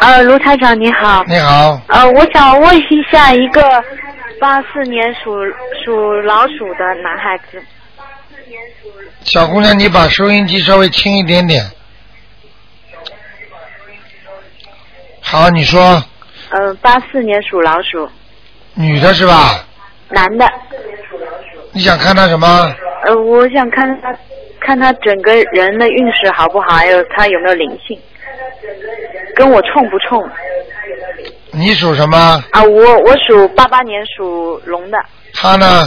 S6: 呃，卢台长你好，
S1: 你好，
S6: 呃，我想问一下一个八四年属属老鼠的男孩子，
S1: 小姑娘，你把收音机稍微轻一点点。好，你说
S6: 呃，八四年属老鼠，
S1: 女的是吧？
S6: 男的，
S1: 你想看她什么？
S6: 呃，我想看他看他整个人的运势好不好，还有他有没有灵性，跟我冲不冲
S1: 你属什么？
S6: 啊？我我属八八年属龙的，
S1: 她呢？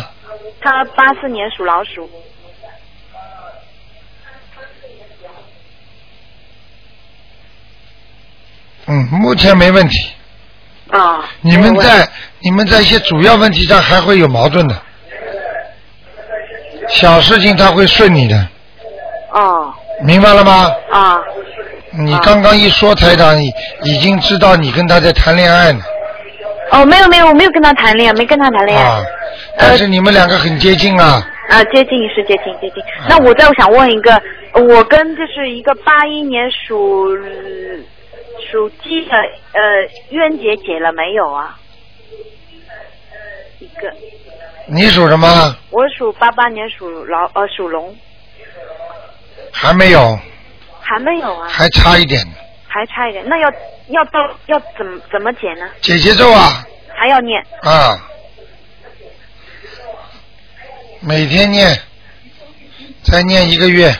S6: 他八四年属老鼠，
S1: 嗯，目前没问题。
S6: 啊，
S1: 你们
S6: 没有问
S1: 在你们在一些主要问题上还会有矛盾的，小事情他会顺你的，
S6: 哦
S1: 明白了吗？
S6: 啊
S1: 你
S6: 啊
S1: 刚刚一说台长，已已经知道你跟他在谈恋爱了
S6: 哦，没有没有，我没有跟他谈恋爱，没跟他谈恋爱。
S1: 啊，但是你们两个很接近啊，
S6: 啊，接近是接近接近
S1: 啊。
S6: 那我再想问一个，我跟就是一个八一年属属鸡的呃冤结解了没有啊？一个，
S1: 你属什么？
S6: 我属八八年属老呃属龙，
S1: 还没有，
S6: 还没有啊，
S1: 还差一点。
S6: 还差一点。那要要到要怎么怎么解呢？
S1: 姐姐咒啊
S6: 还要念
S1: 啊，每天念，再念一个月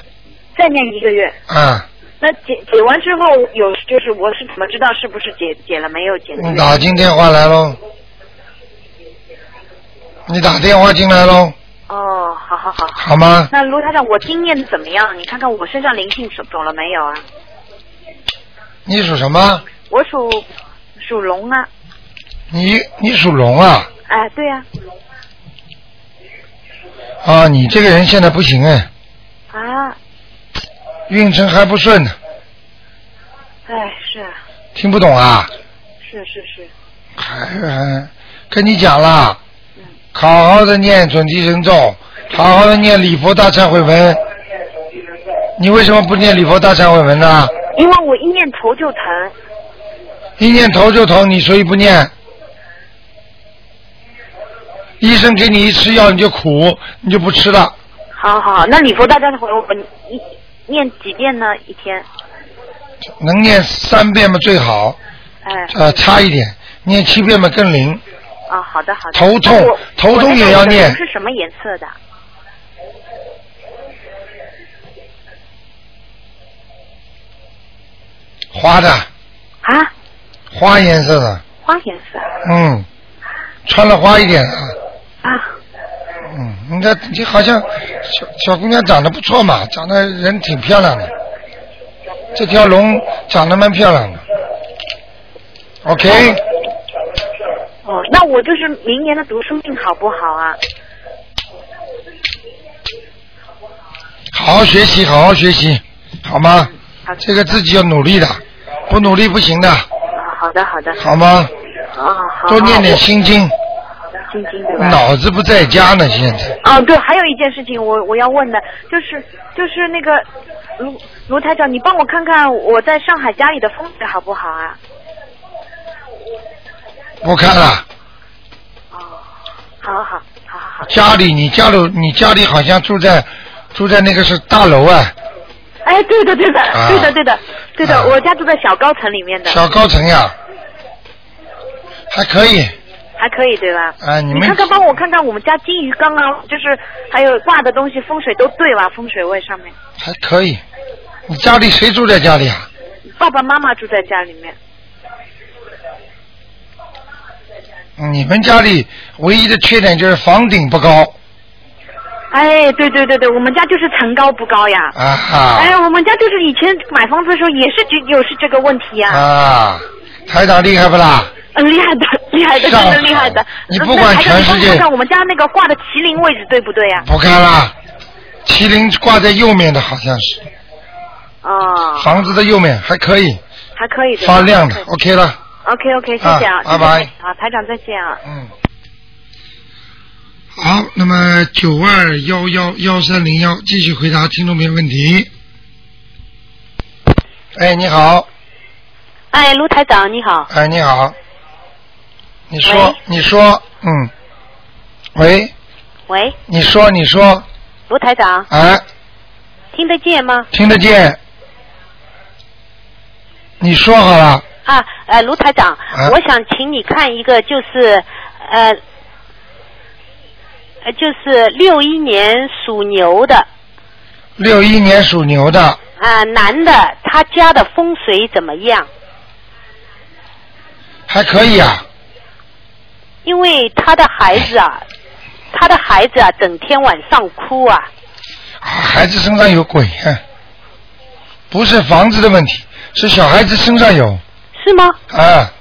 S6: 再念一个月。
S1: 啊，
S6: 那解解完之后有就是我是怎么知道是不是解解了没有解的？
S1: 你打进电话来喽，你打电话进来喽，
S6: 哦，好好好。
S1: 好吗？
S6: 那卢台长，我经验怎么样？你看看我身上灵性走走了没有啊？
S1: 你属什么？
S6: 我属属龙啊，
S1: 你你属龙啊？
S6: 哎，对呀、
S1: 啊，你这个人现在不行哎。
S6: 啊，
S1: 运程还不顺呢，
S6: 哎，是啊
S1: 听不懂啊？
S6: 是是是，
S1: 还还跟你讲了，好好的念准提神咒，好好的念礼佛大忏悔文。你为什么不念礼佛大忏悔文呢？
S6: 因为我一念头就疼，
S1: 一念头就疼，你所以不念。医生给你一吃药你就苦，你就不吃了。
S6: 好好，好那礼佛大忏悔我一念几遍呢？一天，
S1: 能念三遍嘛最好，
S6: 哎，
S1: 呃，差一点，念七遍嘛更灵。
S6: 啊，好的好的。
S1: 头痛
S6: 那我
S1: 头痛
S6: 我那个
S1: 也要念
S6: 龙是什么颜色的？
S1: 花的，
S6: 啊，
S1: 花颜色的，
S8: 啊
S6: 花颜色。
S1: 嗯，穿了花一点啊。
S6: 啊，
S1: 嗯，你看你好像小小姑娘长得不错嘛，长得人挺漂亮的，这条龙长得蛮漂亮的。OK，
S6: 哦，那我就是明年的读书运好不好啊？
S1: 好好学习，好好学习，好吗？这个自己要努力的，不努力不行的，
S6: 啊，好的好的，
S1: 好吗？
S6: 啊好，
S1: 多念点心经，
S6: 晶晶对吧？
S1: 脑子不在家呢，现在。
S6: 啊，对，还有一件事情我我要问的，就是就是那个卢卢台长，你帮我看看我在上海家里的风水好不好啊？
S1: 不看了，
S6: 好好好好好。
S1: 家里你家里你家里好像住在住在那个是大楼啊，
S6: 哎，对的对的、
S1: 啊
S6: 对的对的对的、
S1: 啊
S6: 我家住在小高层里面的，
S1: 小高层呀、还可以
S6: 还可以对吧？
S1: 啊。你
S6: 你
S1: 们
S6: 看看，帮我看看我们家金鱼缸啊，就是还有挂的东西风水都对吧？风水位上面，
S1: 还可以，你家里谁住在家里啊？
S6: 爸爸妈妈住在家里面，
S1: 你们家里唯一的缺点就是房顶不高
S6: 哎，对对对对，我们家就是层高不高呀。
S1: 啊哈
S6: 哎，我们家就是以前买房子的时候也是就有是这个问题呀、
S1: 啊，台长厉害不啦？
S6: 嗯，厉害的， 厉害的，真
S1: 上海
S6: 的厉害的。
S1: 啊
S6: 呃
S1: 你不管全世界
S6: 那台长你帮我看看我们家那个挂的麒麟位置对不对呀、
S1: 不看啦，麒麟挂在右面的好像是
S6: 啊？哦，
S1: 房子的右面还可以
S6: 还可以的。
S1: 发亮的
S6: 还可以
S1: ，OK 了。
S6: OK OK，谢谢啊，
S1: 啊拜拜
S6: 谢谢啊，台长再见啊。
S1: 嗯，好，那么九二幺幺幺三零幺继续回答听众朋友问题。哎，你好，
S9: 哎，卢台长你好，
S1: 哎，你好，你说，你说，嗯，喂，
S9: 喂，
S1: 你说，你说，
S9: 卢台长，
S1: 哎，
S9: 听得见吗？
S1: 听得见？你说好了，
S9: 啊，呃，卢台长，
S1: 啊
S9: 我想请你看一个，就是呃，呃，就是六一年属牛的
S1: 六一年属牛的，
S9: 啊、男的，他家的风水怎么样？
S1: 还可以啊，
S9: 因为他的孩子啊，他的孩子啊，整天晚上哭啊，
S1: 啊孩子身上有鬼，哼不是房子的问题，是小孩子身上有。
S9: 是吗？
S1: 啊，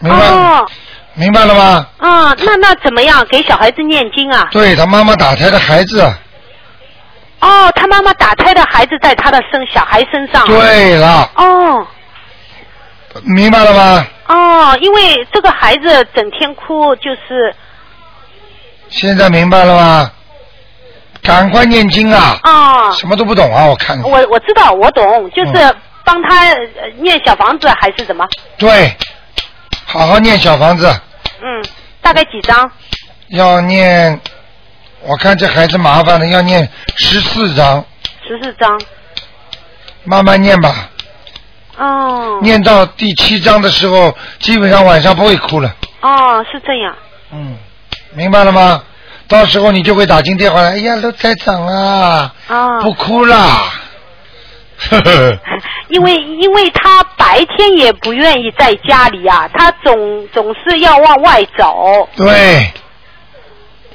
S1: 明白、
S9: 哦，
S1: 明白了吗？
S9: 啊、那那怎么样？给小孩子念经啊？
S1: 对他妈妈打胎的孩子，
S9: 哦，他妈妈打胎的孩子在他的身小孩身上啊。
S1: 对了，
S9: 哦
S1: 明白了吗？
S9: 哦，因为这个孩子整天哭，就是
S1: 现在明白了吗？赶快念经啊！
S9: 啊、
S1: 什么都不懂啊，我看你。
S9: 我我知道，我懂，就是
S1: 嗯
S9: 帮他呃念小房子还是怎么？
S1: 对，好好念小房子，
S9: 嗯，大概几张？
S1: 要念。我看这孩子麻烦了，要念十四章，
S9: 十四张。
S1: 慢慢念吧。
S9: 哦
S1: 念到第七章的时候，基本上晚上不会哭了。
S9: 哦，是这样。
S1: 嗯，明白了吗？到时候你就会打进电话来，哎呀，卢台长啊，
S9: 啊、
S1: 不哭啦。呵呵，
S9: 因为因为他白天也不愿意在家里啊，他总总是要往外走。
S1: 对，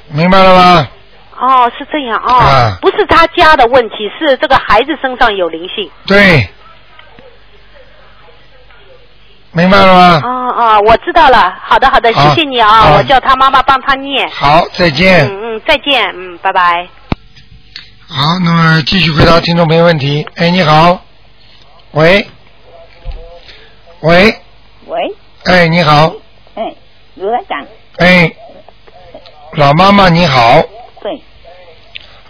S1: 明白了吗？
S9: 哦，是这样哦，
S1: 啊
S9: 不是他家的问题，是这个孩子身上有灵性。
S1: 对，明白了吗？
S9: 哦哦，我知道了。好的好的，谢
S1: 好
S9: 谢你啊，
S1: 好
S9: 我叫他妈妈帮他念。
S1: 好，再见。
S9: 嗯嗯，再见，嗯，拜拜。
S1: 好，那么继续回答听众朋友问题。哎，你好，喂，喂，
S10: 喂，
S1: 哎，你好，
S10: 哎，卢台长，
S1: 哎，老妈妈你好，
S10: 对，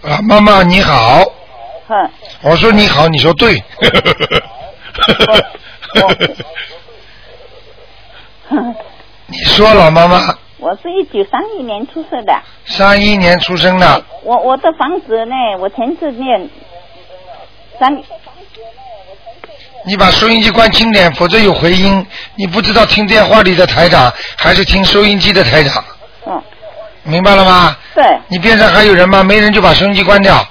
S1: 老妈妈你好。
S10: 哼，
S1: 我说你好，你说对。
S10: 哼
S1: 你说老妈妈，
S10: 我是一九三一年出生的，
S1: 三一年出生的，
S10: 我我的房子呢，我前次念三，
S1: 你把收音机关轻点，否则有回音。你不知道听电话里的台长还是听收音机的台长，
S10: 嗯，
S1: 明白了吗？
S10: 对，
S1: 你边上还有人吗？没人就把收音机关掉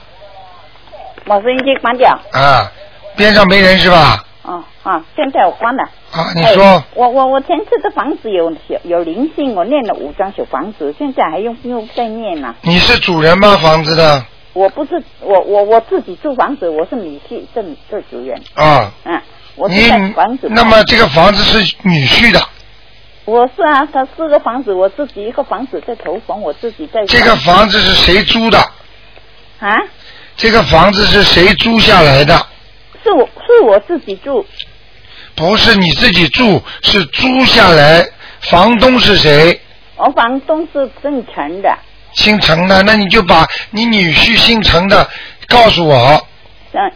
S10: 把收音机关掉，
S1: 啊。边上没人是吧？
S10: 嗯，啊，现在我关了。
S1: 啊，你说
S10: 哎、我我我前次的房子有小有灵性，我念了五张小房子，现在还用不用再念呢、
S1: 你是主人吗？房子的
S10: 我不是我我我自己住房子，我是女婿正正主人，
S1: 啊，
S10: 嗯，我
S1: 你
S10: 是在房子。
S1: 那么这个房子是女婿的，
S10: 我是啊，他四个房子，我自己一个房子在投房，我自己在。
S1: 这个房子是谁租的？
S10: 啊？
S1: 这个房子是谁租下来的？
S10: 是我是我自己住，
S1: 不是你自己住，是租下来，房东是谁？
S10: 我房东是姓陈的，
S1: 姓陈的，那你就把你女婿姓陈的告诉我，
S10: 嗯，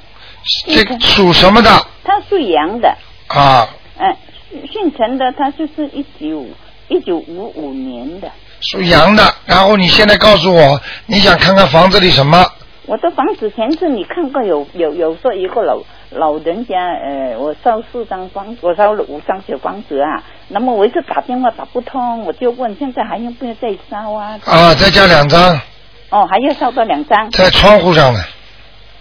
S1: 这个属什么的
S10: 他属羊的，
S1: 啊？
S10: 嗯，姓姓陈的，他就是一九一九五五年的。
S1: 属羊的。然后你现在告诉我，你想看看房子里什么？
S10: 我的房子前次你看过有有有说一个老老人家呃，我烧四张房，我烧了五张小房子啊。那么我一直打电话打不通，我就问现在还用不用再烧啊？
S1: 啊，再加两张，
S10: 哦，还要烧多两张。
S1: 在窗户上的，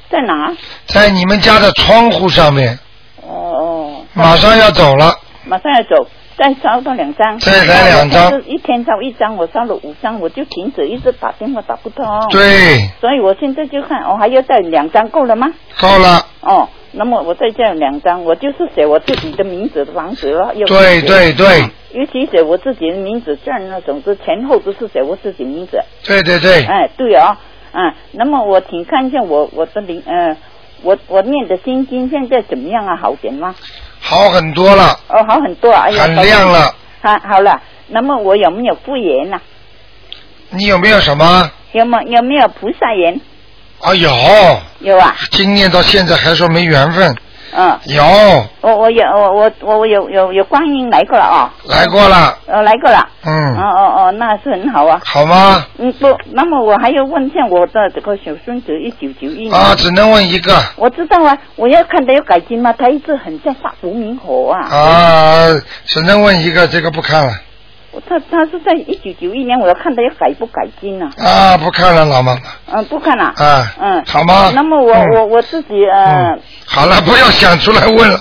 S10: 在哪？
S1: 在你们家的窗户上面，
S10: 哦哦。
S1: 马上要走了。
S10: 马上要走，再烧多两张。
S1: 再来两张
S10: 就是一天烧一张，我烧了五张，我就停止一直打电话打不通。
S1: 对。
S10: 所以我现在就看，哦我、还要再两张够了吗？
S1: 够了。
S10: 哦，那么我再叫两张，我就是写我自己的名字的房子了。又
S1: 对对对，
S10: 尤其写我自己的名字证那种，之前后都是写我自己名字。
S1: 对对对，
S10: 哎，对哦，嗯，那么我请看一下我我的灵，呃，我我念的心经现在怎么样啊？好点吗？
S1: 好很多了，
S10: 哦，好很多啊，哎呀，
S1: 很亮了。
S10: 好，好了，那么我有没有复原呐、
S1: 你有没有什么？
S10: 有没有没有菩萨缘？
S1: 啊，有，
S10: 有啊，
S1: 今念到现在还说没缘分，
S10: 嗯，
S1: 有
S10: 我我有我我我我有有有观音来过了啊、
S1: 来过了，
S10: 哦，来过了，哦
S1: 嗯，
S10: 哦哦，那是很好啊。
S1: 好吗？
S10: 嗯，不，那么我还要问一下我的这个小孙子，一九九一年。
S1: 啊，只能问一个
S10: 我知道啊，我要看他有改进吗？他一直很像发无名火啊。
S1: 啊，只能问一个，这个不看了
S10: 我他他是在一九九一年，我要看他有改不改进啊。
S1: 啊，不看了，老妈妈
S10: 嗯，不看了。
S1: 啊，
S10: 嗯，
S1: 好吗
S10: 那么我、
S1: 嗯
S10: 我我自己呃，
S1: 好了，不要想出来问了，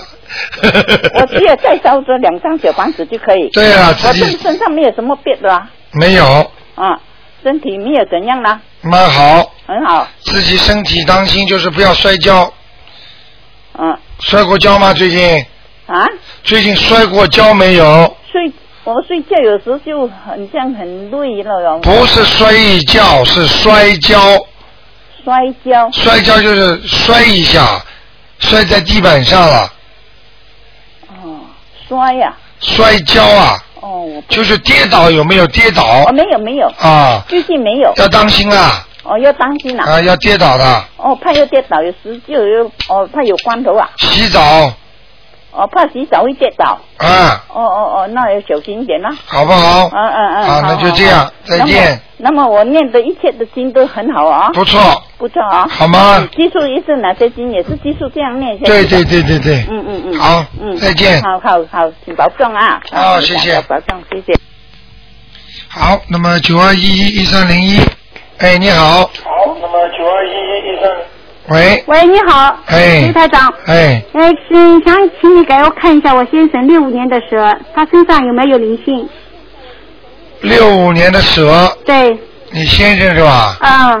S10: 我只有再烧这两张小房子就可以。
S1: 对啊
S10: 我
S1: 自己
S10: 身身上没有什么病的啊，
S1: 没有，
S10: 啊，身体没有怎样啦，
S1: 蛮好，
S10: 很好，
S1: 自己身体当心，就是不要摔跤，
S10: 嗯，
S1: 摔过跤吗？最近
S10: 啊，
S1: 最近摔过跤没有？
S10: 睡我睡觉有时候就很像很累了哟。
S1: 不是摔一跤，是摔跤，
S10: 摔跤。
S1: 摔跤就是摔一下，摔在地板上了，
S10: 摔呀、
S1: 摔跤啊，
S10: 哦，我
S1: 就是跌倒，有没有跌倒
S10: 哦没有没有，
S1: 啊？
S10: 最近没有。
S1: 要当心啊！
S10: 哦，要当心啊。
S1: 啊，要跌倒的，
S10: 哦，怕又跌倒，有时就有哦，怕有关头啊，
S1: 洗澡
S10: 哦，怕洗澡会跌倒。
S1: 啊，
S10: 哦哦哦，那要小心一点啦、
S1: 好不好？
S10: 嗯嗯嗯，
S1: 好那就这样再见
S10: 那么。那么我念的一切的经都很好啊、
S1: 不错，
S10: 不错啊、
S1: 好吗
S10: 嗯基础也是哪些经也是基础这样念下去
S1: 对
S10: 的。
S1: 对对对对，
S10: 嗯嗯嗯。
S1: 好
S10: 嗯，
S1: 再见
S10: 好好好，请保重啊。
S1: 好
S10: 啊
S1: 谢谢
S10: 保重，谢谢。
S1: 好，那么九二一一一三零一，哎，你好，
S2: 好，那么九二一一一三。
S1: 喂，
S11: 喂，你好，
S1: 哎
S11: 刘台长，
S1: 哎，
S11: 哎，请想请你给我看一下我先生六五年的蛇，他身上有没有灵性？
S1: 六五年的蛇，
S11: 对，
S1: 你先生是吧？
S11: 啊、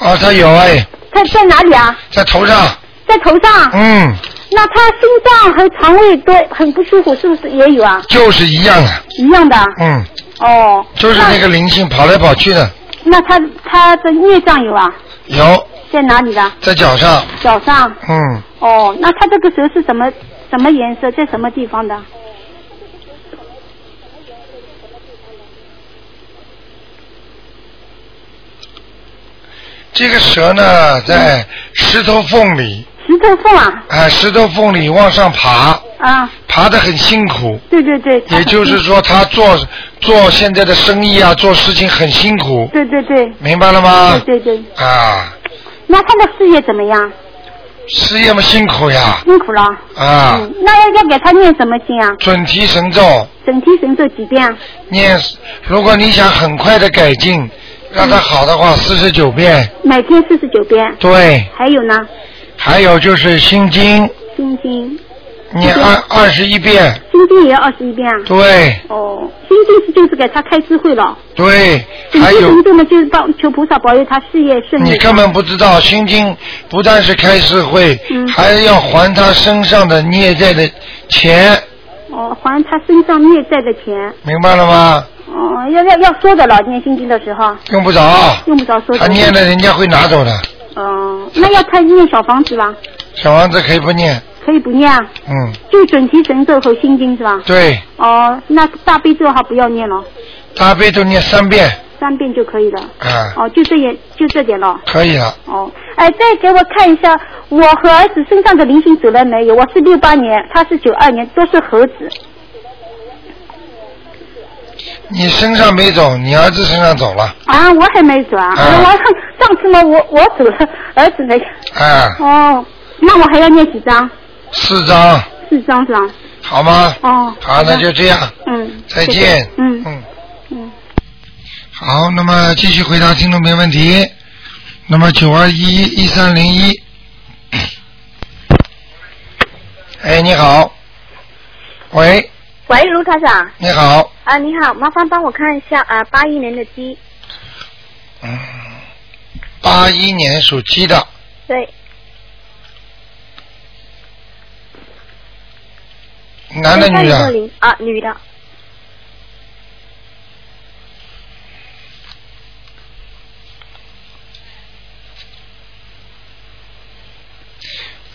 S1: 啊，他有哎，
S11: 他在哪里啊？
S1: 在头上，
S11: 在头上。
S1: 嗯，
S11: 那他心脏和肠胃都很不舒服，是不是也有啊？
S1: 就是一样的，
S11: 一样的啊。
S1: 嗯，
S11: 哦。
S1: 就是那个灵性跑来跑去的，
S11: 那他他的孽障有啊？
S1: 有
S11: 在哪里的？
S1: 在脚上，
S11: 脚上。
S1: 嗯，
S11: 哦，那他这个蛇是什么什么颜色，在什么地方的？
S1: 这个蛇呢在石头缝里，
S11: 嗯石头缝啊
S1: 啊，石头缝里往上爬，
S11: 啊！
S1: 爬得很辛苦，
S11: 对对对。它
S1: 也就是说他做做现在的生意啊，做事情很辛苦，
S11: 对对对。
S1: 明白了吗？
S11: 对对对，
S1: 啊，
S11: 那他的事业怎么样？
S1: 事业嘛辛苦呀，
S11: 辛苦了。
S1: 啊，
S11: 嗯，那要要给他念什么经啊？
S1: 准提神咒
S11: 整体神咒几遍啊？
S1: 念，如果你想很快的改
S11: 嗯
S1: 进，让它好的话，四十九遍，
S11: 每天四十九遍。
S1: 对，
S11: 还有呢？
S1: 还有就是心经，
S11: 心经，
S1: 念二二十一遍，
S11: 心经也要二十一遍啊。
S1: 对
S11: 哦，心经是就是给他开智慧了。
S1: 对，
S11: 你
S1: 还
S11: 这
S1: 有
S11: 种这么就是帮求菩萨保佑他事业顺利。
S1: 你根本不知道，心经不但是开智慧，还要还他身上的孽债的钱，
S11: 哦，还他身上孽债的钱。
S1: 明白了吗？
S11: 哦，要要要说的了，念心经的时候。
S1: 用不着，
S11: 用不着说的。
S1: 他念了人家会拿走的。
S11: 哦，那要他念小房子吧？
S1: 小王子可以不念，
S11: 可以不念啊，
S1: 嗯，
S11: 就准提神咒和心经是吧？。
S1: 对，
S11: 哦，那大悲咒还不要念了，
S1: 大悲咒念三遍
S11: 三遍就可以了。
S1: 啊，
S11: 哦，就这也就这点了。
S1: 可以了。
S11: 哦，哎，再给我看一下，我和儿子身上的灵性走了没有？我是六八年，他是九二年，都是猴子。
S1: 你身上没走，你儿子身上走了，
S11: 啊，我还没走啊！我我上次嘛，我我走了，儿子没。
S1: 啊，
S11: 哦，那我还要念几张？
S1: 四张，
S11: 四张是吧？
S1: 好吗？
S11: 哦。
S1: 好，那就这样。
S11: 嗯。
S1: 再见
S11: 嗯
S1: 嗯好，那么继续回答听众朋友问题。那么九二一一三零一，哎，你好，喂，
S8: 喂，卢台长。
S1: 你好，
S8: 啊，你好，麻烦帮我看一下啊，八一年的鸡。
S1: 八一年属鸡的，
S8: 对，
S1: 男的女
S8: 身上有个
S1: 的，
S8: 灵啊，女的。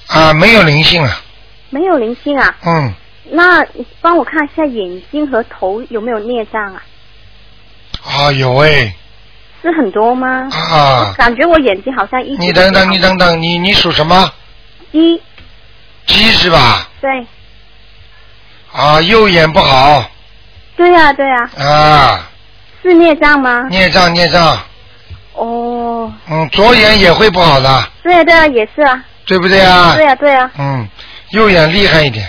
S1: 啊，没有灵性了，
S8: 没有灵性啊，
S1: 嗯，
S8: 那帮我看一下眼睛和头有没有孽障啊？
S1: 啊，有哎，
S8: 是很多吗？
S1: 啊
S8: 我感觉我眼睛好像一直
S1: 你等等，你等等，你你属什么？
S8: 鸡，
S1: 鸡是吧？
S8: 对，
S1: 啊，右眼不好
S8: 对呀、对呀、
S1: 啊，
S8: 是孽障吗？
S1: 孽障孽障，
S8: 哦，
S1: 嗯，左眼也会不好的，
S8: 对呀、对呀、也是啊。
S1: 对不对啊？
S8: 对呀、对呀、
S1: 嗯，右眼厉害一点，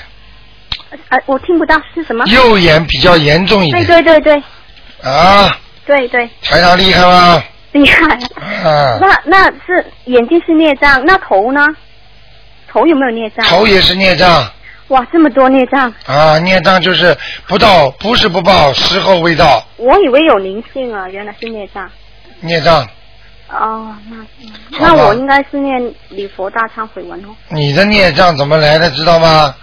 S8: 啊，我听不到是什么。哎
S1: 右眼比较严重一
S8: 对
S1: 点
S8: 对对对
S1: 啊，
S8: 对对，
S1: 台长厉害吗？
S8: 厉害。
S1: 啊，
S8: 那那是眼睛是孽障，那头呢？头有没有孽障？
S1: 头也是孽障
S8: 哇，这么多孽障，
S1: 啊，孽障就是不到，不是不报，时候未到，
S8: 我以为有灵性啊，原来是孽障。
S1: 孽障，
S8: 哦，那
S1: 好吧
S8: 那我应该是念礼佛大忏悔文哦。
S1: 你的孽障怎么来的知道吗？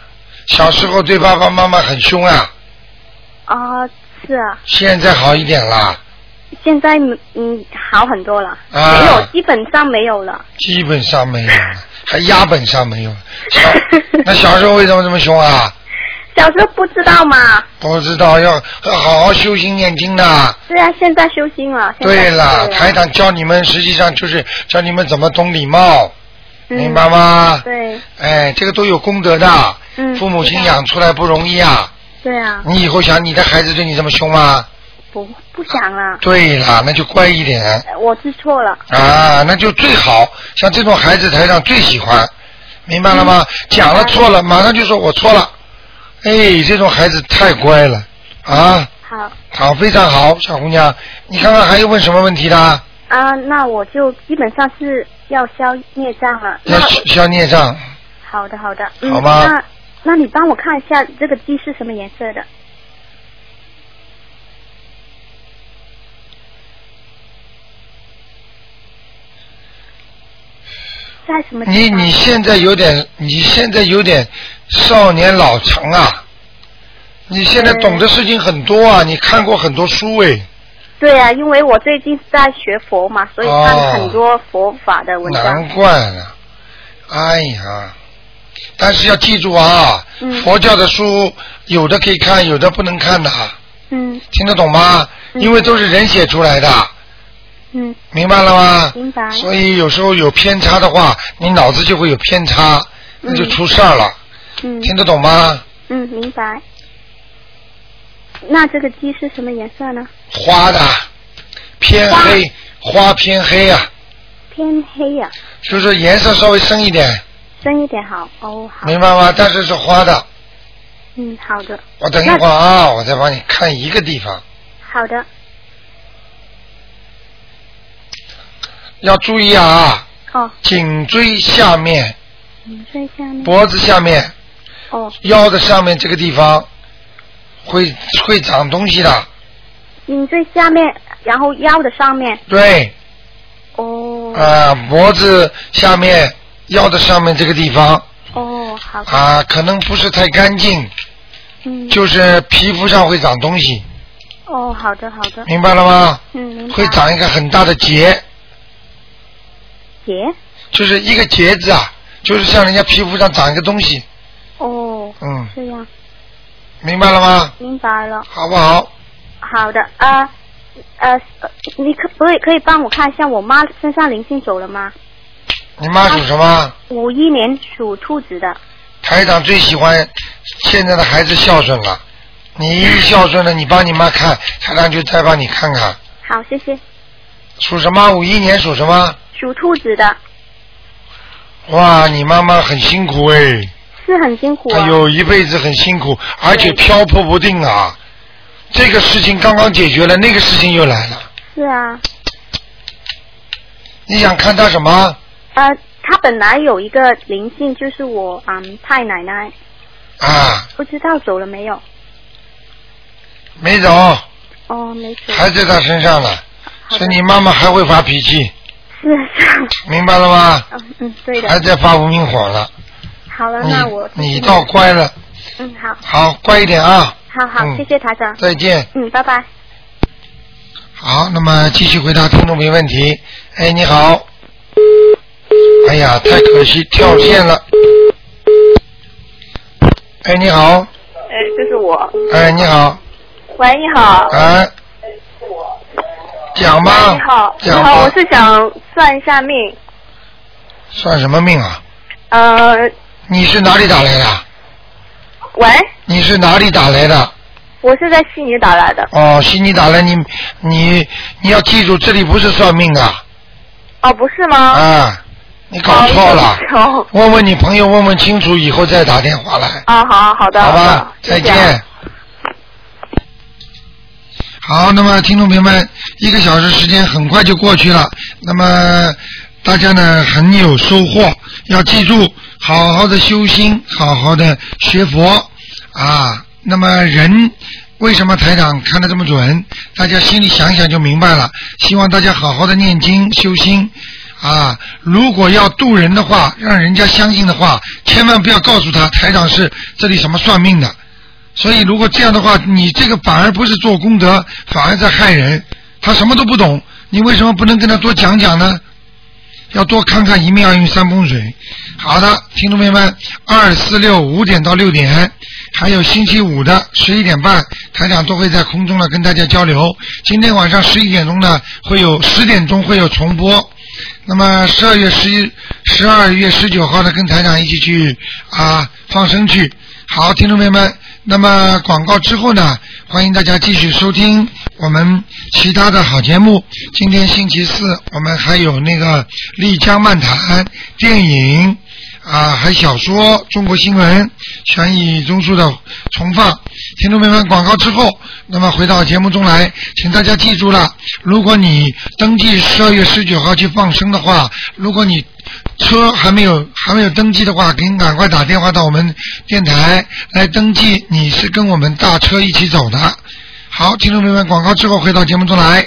S1: 小时候对爸爸妈妈很凶啊，
S8: 啊，是啊，
S1: 现在好一点啦，
S8: 现在嗯嗯好很多了，
S1: 啊
S8: 没有，基本上没有了。
S1: 基本上没有了，还压本上没有了。小那小时候为什么这么凶啊？
S8: 小时候不知道嘛，
S1: 不知道要要好好修心念经的。
S8: 对啊，现在修心了。现在
S1: 对了，
S8: 对啊
S1: 台长教你们，实际上就是教你们怎么懂礼貌，
S8: 嗯
S1: 明白吗？
S8: 对
S1: 哎，这个都有功德的，
S8: 嗯
S1: 父母亲
S8: 知道
S1: 养出来不容易啊。
S8: 对啊，
S1: 你以后想你的孩子对你这么凶吗？
S8: 不不想了，呃
S1: 对了，那就乖一点
S8: 我知错了。
S1: 啊，那就最好。像这种孩子，台长最喜欢，明白了吗？讲了错了，马上就说我错了。哎，这种孩子太乖了啊！
S8: 好
S1: 好，非常好，小姑娘，你看看还有问什么问题的？
S8: 啊，那我就基本上是要消孽障了。
S1: 要消孽障，
S8: 好的，好的，嗯，
S1: 好吗
S8: 那那你帮我看一下这个鸡是什么颜色的？在什么地
S1: 你
S8: 方？
S1: 哎你现在有点，你现在有点少年老成啊！你现在懂的事情很多
S8: 嗯
S1: 啊，你看过很多书哎，
S8: 对啊，因为我最近在学佛嘛，所以
S1: 哦
S8: 看很多佛法的文章。
S1: 难怪了。哎呀，但是要记住啊，
S8: 嗯
S1: 佛教的书有的可以看，有的不能看的，啊
S8: 嗯
S1: 听得懂吗？因为都是人写出来的，
S8: 嗯，
S1: 明白了吗？
S8: 明白。
S1: 所以有时候有偏差的话，你脑子就会有偏差，那就出事儿了。
S8: 嗯
S1: 听得懂吗？
S8: 嗯，明白。那这个鸡是什么颜色呢？
S1: 花的偏黑，花偏黑啊，
S8: 偏黑呀、
S1: 就是颜色稍微深一点，
S8: 深一点好哦。好，
S1: 明白吗？但是是花的。
S8: 嗯，好的，
S1: 我等一会儿啊，我再帮你看一个地方，
S8: 好的，
S1: 要注意啊，啊
S8: 哦，
S1: 颈椎下面
S8: 颈椎下面。
S1: 脖子下面、
S8: 哦。
S1: 腰的上面这个地方会会长东西的，
S8: 颈椎下面，然后腰的上面。
S1: 对，
S8: 哦。
S1: 啊、脖子下面、腰的上面这个地方
S8: 哦，好。
S1: 啊、可能不是太干净，
S8: 嗯。
S1: 就是皮肤上会长东西，
S8: 哦，好的，好的。
S1: 明白了吗？
S8: 嗯，明白。
S1: 会长一个很大的结，
S8: 结。
S1: 就是一个结子啊，就是像人家皮肤上长一个东西，
S8: 哦。
S1: 嗯，
S8: 这样。
S1: 明白了吗？？
S8: 明白了。
S1: 好不好？
S8: 好的，呃，呃，你可不可以可以帮我看一下我妈身上灵性走了吗？
S1: 你妈属什么？
S8: 五一年属兔子的。
S1: 台长最喜欢现在的孩子孝顺了，你一孝顺了，你帮你妈看，台长就再帮你看看。
S8: 好，谢谢。
S1: 属什么？五一年属什么？
S8: 属兔子的
S1: 哇，你妈妈很辛苦哎，
S8: 是很辛苦
S1: 她
S8: 啊。
S1: 有一辈子很辛苦，而且漂泊不定啊。这个事情刚刚解决了，那个事情又来了。
S8: 是啊，
S1: 你想看她什么？
S8: 呃，她本来有一个灵性，就是我嗯太奶奶。
S1: 啊。
S8: 不知道走了没有？
S1: 没走，
S8: 哦，没走。
S1: 还在她身上呢。所以你妈妈还会发脾气，
S8: 是是。
S1: 明白了吗？
S8: 嗯嗯，对的。
S1: 还在发无名火了。
S8: 好了，
S1: 你
S8: 那我
S1: 你倒乖了，
S8: 嗯好，
S1: 好乖一点啊。
S8: 好好，
S1: 嗯
S8: 谢谢台长。
S1: 再见。
S8: 嗯，拜拜。
S1: 好，那么继续回答听众朋友问题。哎，你好。哎呀，太可惜，跳线了。哎，你好，
S12: 哎，这是我。
S1: 哎，你好，
S12: 喂，你好。
S1: 哎，讲吧，
S12: 你好，你好，
S1: 讲吧
S12: 我，是想算一下命。
S1: 算什么命啊？
S12: 呃，
S1: 你是哪里打来的？
S12: 喂，
S1: 你是哪里打来的？
S12: 我是在悉尼打来的。
S1: 哦，悉尼打来，你你你要记住，这里不是算命的
S12: 哦，不是吗？
S1: 啊，你搞错了。
S12: 哦。
S1: 问问你朋友，问问清楚以后再打电话来。
S12: 啊，好好啊的。
S1: 好
S12: 的
S1: 吧，再见。好，那么听众朋友们，一个小时时间很快就过去了，那么大家呢很有收获，要记住好好的修心，好好的学佛啊。那么人为什么台长看得这么准？大家心里想一想就明白了。希望大家好好的念经修心啊。如果要渡人的话，让人家相信的话，千万不要告诉他台长是这里什么算命的。所以如果这样的话，你这个反而不是做功德，反而在害人。他什么都不懂，你为什么不能跟他多讲讲呢？要多看看一面要用三风水。好的，听众朋友们，二四六五点到六点，还有星期五的十一点半，台长都会在空中呢跟大家交流。今天晚上十一点钟呢会有十点钟会有重播。那么十二月十一、十二月十九号呢，跟台长一起去啊放生去。好，听众朋友们，那么广告之后呢，欢迎大家继续收听我们其他的好节目。今天星期四，我们还有那个丽江漫谈电影。啊，还小说、中国新闻、悬疑综述的重放。听众朋友们，广告之后，那么回到节目中来，请大家记住了，如果你登记十二月十九号去放生的话，如果你车还没有还没有登记的话，请赶快打电话到我们电台来登记，你是跟我们大车一起走的。好，听众朋友们，广告之后回到节目中来。